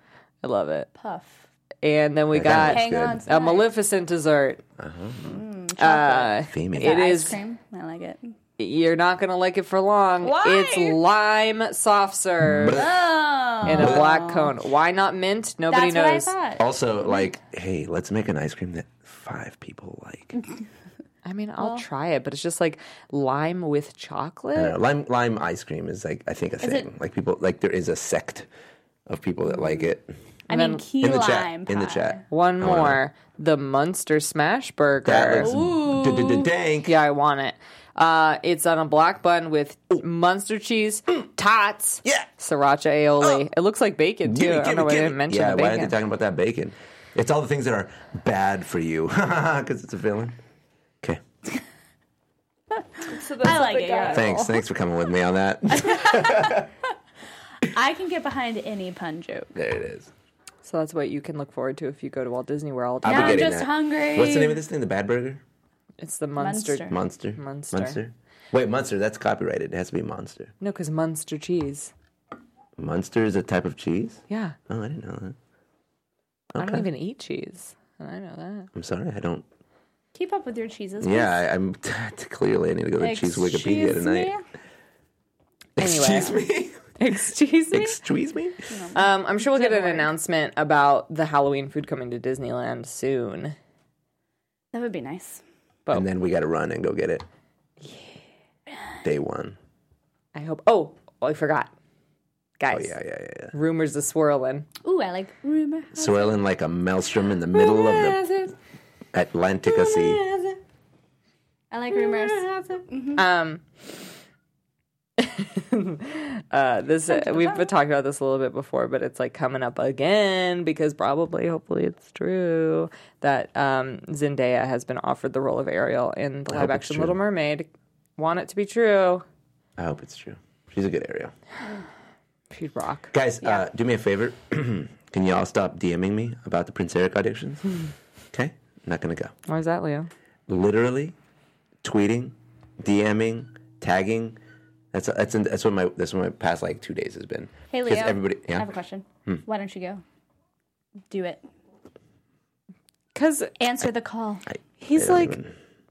Speaker 1: I love it.
Speaker 4: Puff.
Speaker 1: And then we got
Speaker 3: That looks
Speaker 4: Hang
Speaker 3: good.
Speaker 4: on.
Speaker 1: a
Speaker 4: tonight.
Speaker 1: Maleficent dessert. Uh,
Speaker 3: Female.
Speaker 1: it
Speaker 4: Ice
Speaker 1: is-
Speaker 4: cream. I like it.
Speaker 1: You're not gonna like it for long.
Speaker 4: Why?
Speaker 1: It's lime soft serve
Speaker 4: Oh.
Speaker 1: in a black cone. Why not mint? Nobody
Speaker 4: That's
Speaker 1: knows.
Speaker 4: what I thought.
Speaker 3: Also, like, hey, let's make an ice cream that five people like.
Speaker 1: I mean, I'll try it, but it's just like lime with chocolate.
Speaker 3: Uh, lime lime ice cream is like I think a thing. Like people like there is a sect of people that like it.
Speaker 4: I
Speaker 1: then-
Speaker 4: mean, key
Speaker 3: In the
Speaker 4: lime
Speaker 3: chat. In the
Speaker 4: pie.
Speaker 3: chat.
Speaker 1: One more, the Munster Smash Burger.
Speaker 3: That looks dank.
Speaker 1: Yeah, I want it. Uh, it's on a black bun with Munster cheese, tots,
Speaker 3: Yeah.
Speaker 1: sriracha aioli. It looks like bacon too.
Speaker 3: Gimme,
Speaker 1: I don't
Speaker 3: gimme,
Speaker 1: know why they
Speaker 3: gimme.
Speaker 1: didn't mention
Speaker 3: yeah,
Speaker 1: the
Speaker 3: why aren't
Speaker 1: bacon.
Speaker 3: they talking about that bacon? It's all the things that are bad for you because it's a villain. Okay,
Speaker 4: I like it. you're right.
Speaker 3: thanks, thanks for coming with me on that.
Speaker 4: I can get behind any pun joke.
Speaker 3: there it is.
Speaker 1: so that's what you can look forward to if you go to Walt Disney World.
Speaker 3: I'll be
Speaker 4: Now I'm
Speaker 3: getting
Speaker 4: just
Speaker 3: that.
Speaker 4: hungry.
Speaker 3: What's the name of this thing? The Bad Burger
Speaker 1: It's the Munster.
Speaker 4: Munster.
Speaker 3: Monster.
Speaker 1: Monster.
Speaker 3: Monster. Wait, Munster. That's copyrighted. It has to be Monster.
Speaker 1: No, because Munster cheese.
Speaker 3: Munster is a type of cheese.
Speaker 1: Yeah,
Speaker 3: Oh, I didn't know that.
Speaker 1: I don't even eat cheese. And I know that.
Speaker 3: I'm sorry, I don't.
Speaker 4: Keep up with your cheeses.
Speaker 3: Yeah, I, I'm clearly I need to go to cheese Wikipedia
Speaker 4: Excuse
Speaker 3: tonight.
Speaker 4: me?
Speaker 1: Anyway.
Speaker 3: Excuse me.
Speaker 1: Excuse me.
Speaker 3: Excuse me.
Speaker 1: Um, I'm sure we'll get an announcement about the Halloween food coming to Disneyland soon.
Speaker 4: That would be nice.
Speaker 3: And then we got to run and go get it. Day one.
Speaker 1: I hope. Oh, I forgot, guys.
Speaker 3: Oh yeah, yeah, yeah. yeah.
Speaker 1: Rumors are swirling.
Speaker 4: Ooh, I like rumor.
Speaker 3: Swirling like a maelstrom in the middle of the Atlantic Sea.
Speaker 4: I like rumors.
Speaker 1: Um, uh, this uh, we've been talking about this a little bit before, but it's like coming up again because probably, hopefully, it's true that um, Zendaya has been offered the role of Ariel in the live
Speaker 3: it's
Speaker 1: action
Speaker 3: true.
Speaker 1: Little Mermaid. Want it to be true?
Speaker 3: I hope it's true. She's a good Ariel.
Speaker 1: She'd rock.
Speaker 3: Guys, uh, do me a favor. Can y'all stop DMing me about the Prince Eric auditions?
Speaker 4: Hmm.
Speaker 3: okay, not gonna go.
Speaker 1: Why is that, Leo?
Speaker 3: Literally, tweeting, DMing, tagging. That's that's that's what my that's what my past like two days has been.
Speaker 4: Hey,
Speaker 3: 'Cause
Speaker 4: Leo.
Speaker 3: Everybody, yeah. Hmm.
Speaker 4: I have a question. Why don't you go? Do it.
Speaker 1: Because
Speaker 4: Answer the call.
Speaker 1: he's like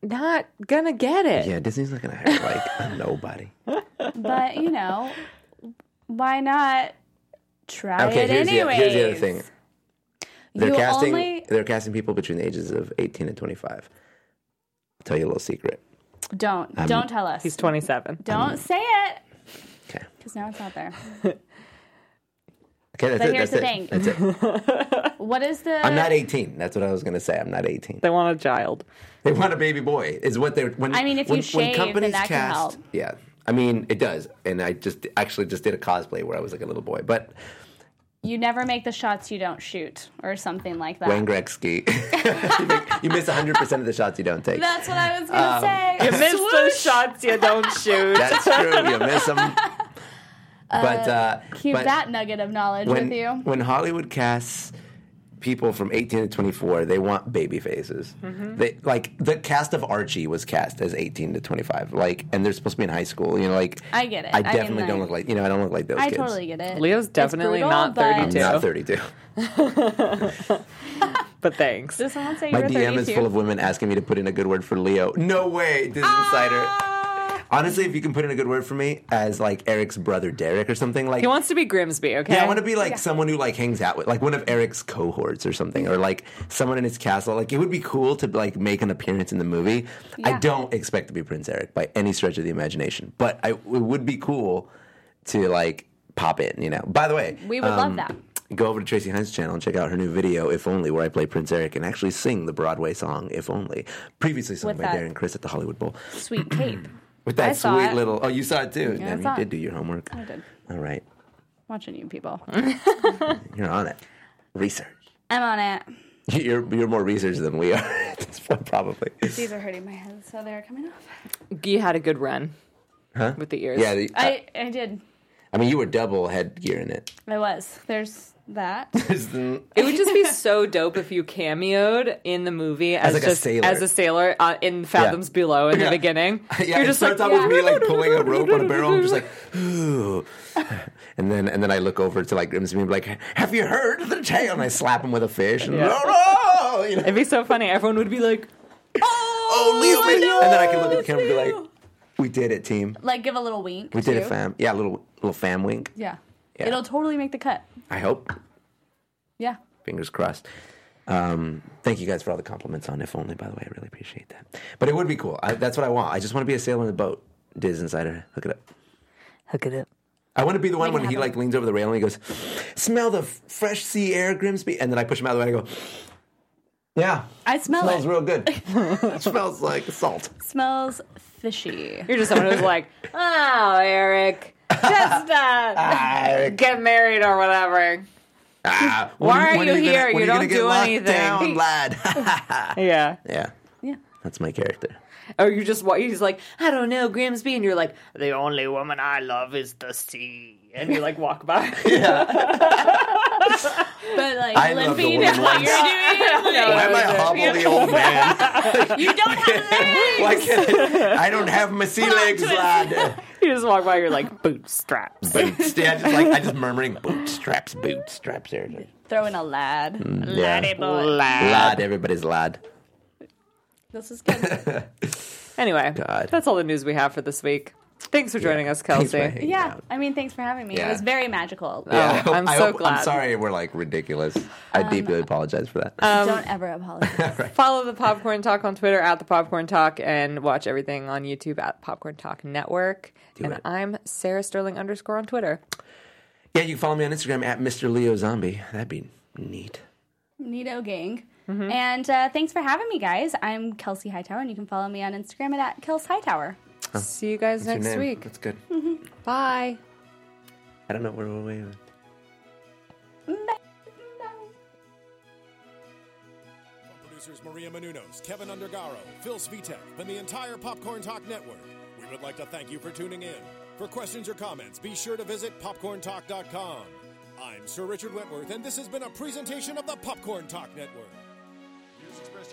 Speaker 1: not gonna get it.
Speaker 3: Yeah, Disney's not gonna hire like a nobody.
Speaker 4: But, you know, why not try
Speaker 3: Okay,
Speaker 4: it
Speaker 3: here's the,
Speaker 4: anyways?
Speaker 3: here's the other thing. They're
Speaker 4: You
Speaker 3: casting
Speaker 4: only
Speaker 3: they're casting people between the ages of eighteen and twenty five. I'll tell you a little secret.
Speaker 4: don't
Speaker 3: Um,
Speaker 4: don't tell us.
Speaker 1: He's 27.
Speaker 4: don't say it
Speaker 3: Okay.
Speaker 4: because now it's out there.
Speaker 3: Okay, that's
Speaker 4: But
Speaker 3: it.
Speaker 4: here's
Speaker 3: that's
Speaker 4: the
Speaker 3: it.
Speaker 4: thing.
Speaker 3: That's it.
Speaker 4: What is the?
Speaker 3: I'm not 18. That's what I was gonna say. I'm not 18.
Speaker 1: They want a child.
Speaker 3: They want a baby boy. Is what they're. When,
Speaker 4: I mean, if you
Speaker 3: when,
Speaker 4: shave, then
Speaker 3: companies
Speaker 4: that can
Speaker 3: cast,
Speaker 4: help.
Speaker 3: Yeah, I mean, it does. And I just actually just did a cosplay where I was like a little boy, but
Speaker 4: You never make the shots you don't shoot, or something like that.
Speaker 3: Wayne Gretzky. you, make, you miss 100 percent of the shots you don't take.
Speaker 4: That's what I was
Speaker 3: Um,
Speaker 4: gonna say.
Speaker 1: You miss those shots you don't shoot.
Speaker 3: That's true. You miss them. But uh,
Speaker 4: Keep
Speaker 3: but
Speaker 4: Uh, that nugget of knowledge
Speaker 3: when,
Speaker 4: with you.
Speaker 3: when Hollywood casts people from 18 to 24, they want baby faces.
Speaker 4: Mm-hmm.
Speaker 3: They like the cast of Archie was cast as 18 to 25, like, and they're supposed to be in high school. You know, like
Speaker 4: I get it.
Speaker 3: I
Speaker 4: I mean,
Speaker 3: definitely don't
Speaker 4: like-
Speaker 3: look like you know I don't look like those
Speaker 4: I
Speaker 3: kids.
Speaker 4: totally get it.
Speaker 1: Leo's
Speaker 4: It's
Speaker 1: definitely
Speaker 4: brutal,
Speaker 1: not
Speaker 4: but-
Speaker 1: 32.
Speaker 3: I'm not 32.
Speaker 1: But thanks.
Speaker 4: Does someone say
Speaker 3: My
Speaker 4: you're
Speaker 3: DM
Speaker 4: 32?
Speaker 3: is full of women asking me to put in a good word for Leo. No way, Disney
Speaker 4: Ah.
Speaker 3: Insider. Honestly, if you can put in a good word for me as like Eric's brother Derek or something like
Speaker 1: He wants to be Grimsby, okay?
Speaker 3: Yeah, I want to be like someone who like hangs out with like one of Eric's cohorts or something, or like someone in his castle. Like it would be cool to like make an appearance in the movie. I
Speaker 4: Yeah.
Speaker 3: don't expect to be Prince Eric by any stretch of the imagination, but I, it would be cool to like pop in. You know. By the way, um,
Speaker 4: We would love that.
Speaker 3: Go over to Tracy Hines' channel and check out her new video, If Only, where I play Prince Eric and actually sing the Broadway song, If Only, previously sung
Speaker 4: With
Speaker 3: by
Speaker 4: that-
Speaker 3: Darren Chris at the Hollywood Bowl.
Speaker 4: Sweet cape.
Speaker 3: With that
Speaker 4: I saw
Speaker 3: sweet
Speaker 4: it.
Speaker 3: little. Oh, you saw it too.
Speaker 4: Yeah, I
Speaker 3: Damn,
Speaker 4: saw
Speaker 3: you
Speaker 4: it.
Speaker 3: did do your homework.
Speaker 4: I did.
Speaker 3: All right.
Speaker 4: Watching you people.
Speaker 3: You're on it. Research.
Speaker 4: I'm on it.
Speaker 3: You're you're more research than we are at this point, probably.
Speaker 4: These are hurting my head, so they're coming off.
Speaker 1: You had a good run. Huh? With the ears.
Speaker 3: Yeah, the, I,
Speaker 4: I, I did.
Speaker 3: I mean, you were double headgear in it.
Speaker 4: I was. There's that.
Speaker 1: It would just be so dope if you cameoed in the movie as,
Speaker 3: like, a
Speaker 1: just,
Speaker 3: sailor.
Speaker 1: as a sailor uh, in Fathoms Below in
Speaker 3: Yeah.
Speaker 1: the beginning.
Speaker 3: yeah, it
Speaker 1: You're just like,
Speaker 3: starts out with me
Speaker 1: "Yeah."
Speaker 3: like pulling a rope on a barrel. I'm just like, ooh, and then and then I look over to like Grimsby and be like, "Have you heard the tale?" And I slap him with a fish. And,
Speaker 1: Yeah.
Speaker 3: "No, no!" You know?
Speaker 1: It'd be so funny. Everyone would be like,
Speaker 3: oh, Leo made it. And then I can look at the camera and be like, "We did it, team.
Speaker 4: like, give a little wink.
Speaker 3: We did it,
Speaker 4: too.
Speaker 3: fam. Yeah, a little little fam wink.
Speaker 4: Yeah.
Speaker 3: Yeah.
Speaker 4: It'll totally make the cut.
Speaker 3: I hope.
Speaker 4: Yeah.
Speaker 3: fingers crossed. Um, thank you guys for all the compliments on If Only, by the way. I really appreciate that. But it would be cool. I, that's what I want. I just want to be a sailor in the boat. Diz Insider, hook it up.
Speaker 1: hook it up.
Speaker 3: I want to be the one when he
Speaker 4: happen.
Speaker 3: like leans over the rail and he goes, "Smell the f- fresh sea air, Grimsby," and then I push him out of the way and I go, "Yeah,
Speaker 4: I smell
Speaker 3: smells
Speaker 4: it.
Speaker 3: real good. It smells like salt."
Speaker 4: smells fishy.
Speaker 1: You're just someone who's like, oh, Eric, just uh,
Speaker 3: Eric,
Speaker 1: get married or whatever.
Speaker 3: ah, when
Speaker 1: Why are
Speaker 3: when
Speaker 1: you here?
Speaker 3: when
Speaker 1: You
Speaker 3: are
Speaker 1: don't
Speaker 3: gonna get
Speaker 1: do
Speaker 3: locked
Speaker 1: anything.
Speaker 3: down, lad.
Speaker 1: Yeah.
Speaker 3: yeah,
Speaker 4: Yeah.
Speaker 3: that's my character.
Speaker 1: Or you just wa- you're just like, I don't know, Grimsby, and you're like, the only woman I love is the sea, and you like walk by.
Speaker 4: But like
Speaker 3: I love the
Speaker 4: limping is
Speaker 3: woman
Speaker 4: what
Speaker 3: once.
Speaker 4: you're doing.
Speaker 1: No,
Speaker 4: Like,
Speaker 3: Why am I
Speaker 1: Yeah.
Speaker 3: hobble the old man?
Speaker 4: you don't have legs.
Speaker 3: Why can't I, I don't have my sea legs, lad?
Speaker 1: you just walk by. You're like bootstraps.
Speaker 3: Boots. Yeah, just like I just murmuring bootstraps, bootstraps. There, it is.
Speaker 4: Throw in a lad.
Speaker 3: Mm. yeah. lad, everybody's lad.
Speaker 4: This is good.
Speaker 1: Anyway,
Speaker 3: God.
Speaker 1: that's all the news we have for this week. Thanks for joining us,
Speaker 3: Thanks for
Speaker 1: Kelsey.
Speaker 3: hanging
Speaker 4: Yeah.
Speaker 3: out.
Speaker 4: I mean, thanks for having me.
Speaker 3: Yeah.
Speaker 4: It was very magical.
Speaker 1: Oh,
Speaker 3: I hope-
Speaker 1: I'm
Speaker 3: I
Speaker 1: so
Speaker 3: hope-
Speaker 1: glad.
Speaker 3: I'm sorry we're like ridiculous. I
Speaker 1: Um,
Speaker 3: deeply apologize for
Speaker 1: uh,
Speaker 3: that.
Speaker 4: don't ever apologize.
Speaker 1: Follow the Popcorn Talk on Twitter at the Popcorn Talk and watch everything on YouTube at Popcorn Talk Network. and
Speaker 3: it.
Speaker 1: I'm Sarah Sterling underscore on Twitter.
Speaker 3: yeah, you can follow me on Instagram at Mr. Leo Zombie. That'd be neat.
Speaker 4: Neato gang.
Speaker 3: Mm-hmm.
Speaker 4: And uh, thanks for having me, guys. I'm Kelsey Hightower, and you can follow me on Instagram at, at Kels Hightower.
Speaker 1: See you guys
Speaker 3: What's your
Speaker 1: next
Speaker 3: name?
Speaker 1: week. Hmm.
Speaker 3: That's good.
Speaker 1: Bye.
Speaker 3: I don't know where we're waving.
Speaker 4: Bye.
Speaker 2: From producers Maria Menunos, Kevin Undergaro, Phil Svitek, and the entire Popcorn Talk Network, we would like to thank you for tuning in. For questions or comments, be sure to visit popcorntalk.com. I'm Sir Richard Wentworth, and this has been a presentation of the Popcorn Talk Network. Views expressed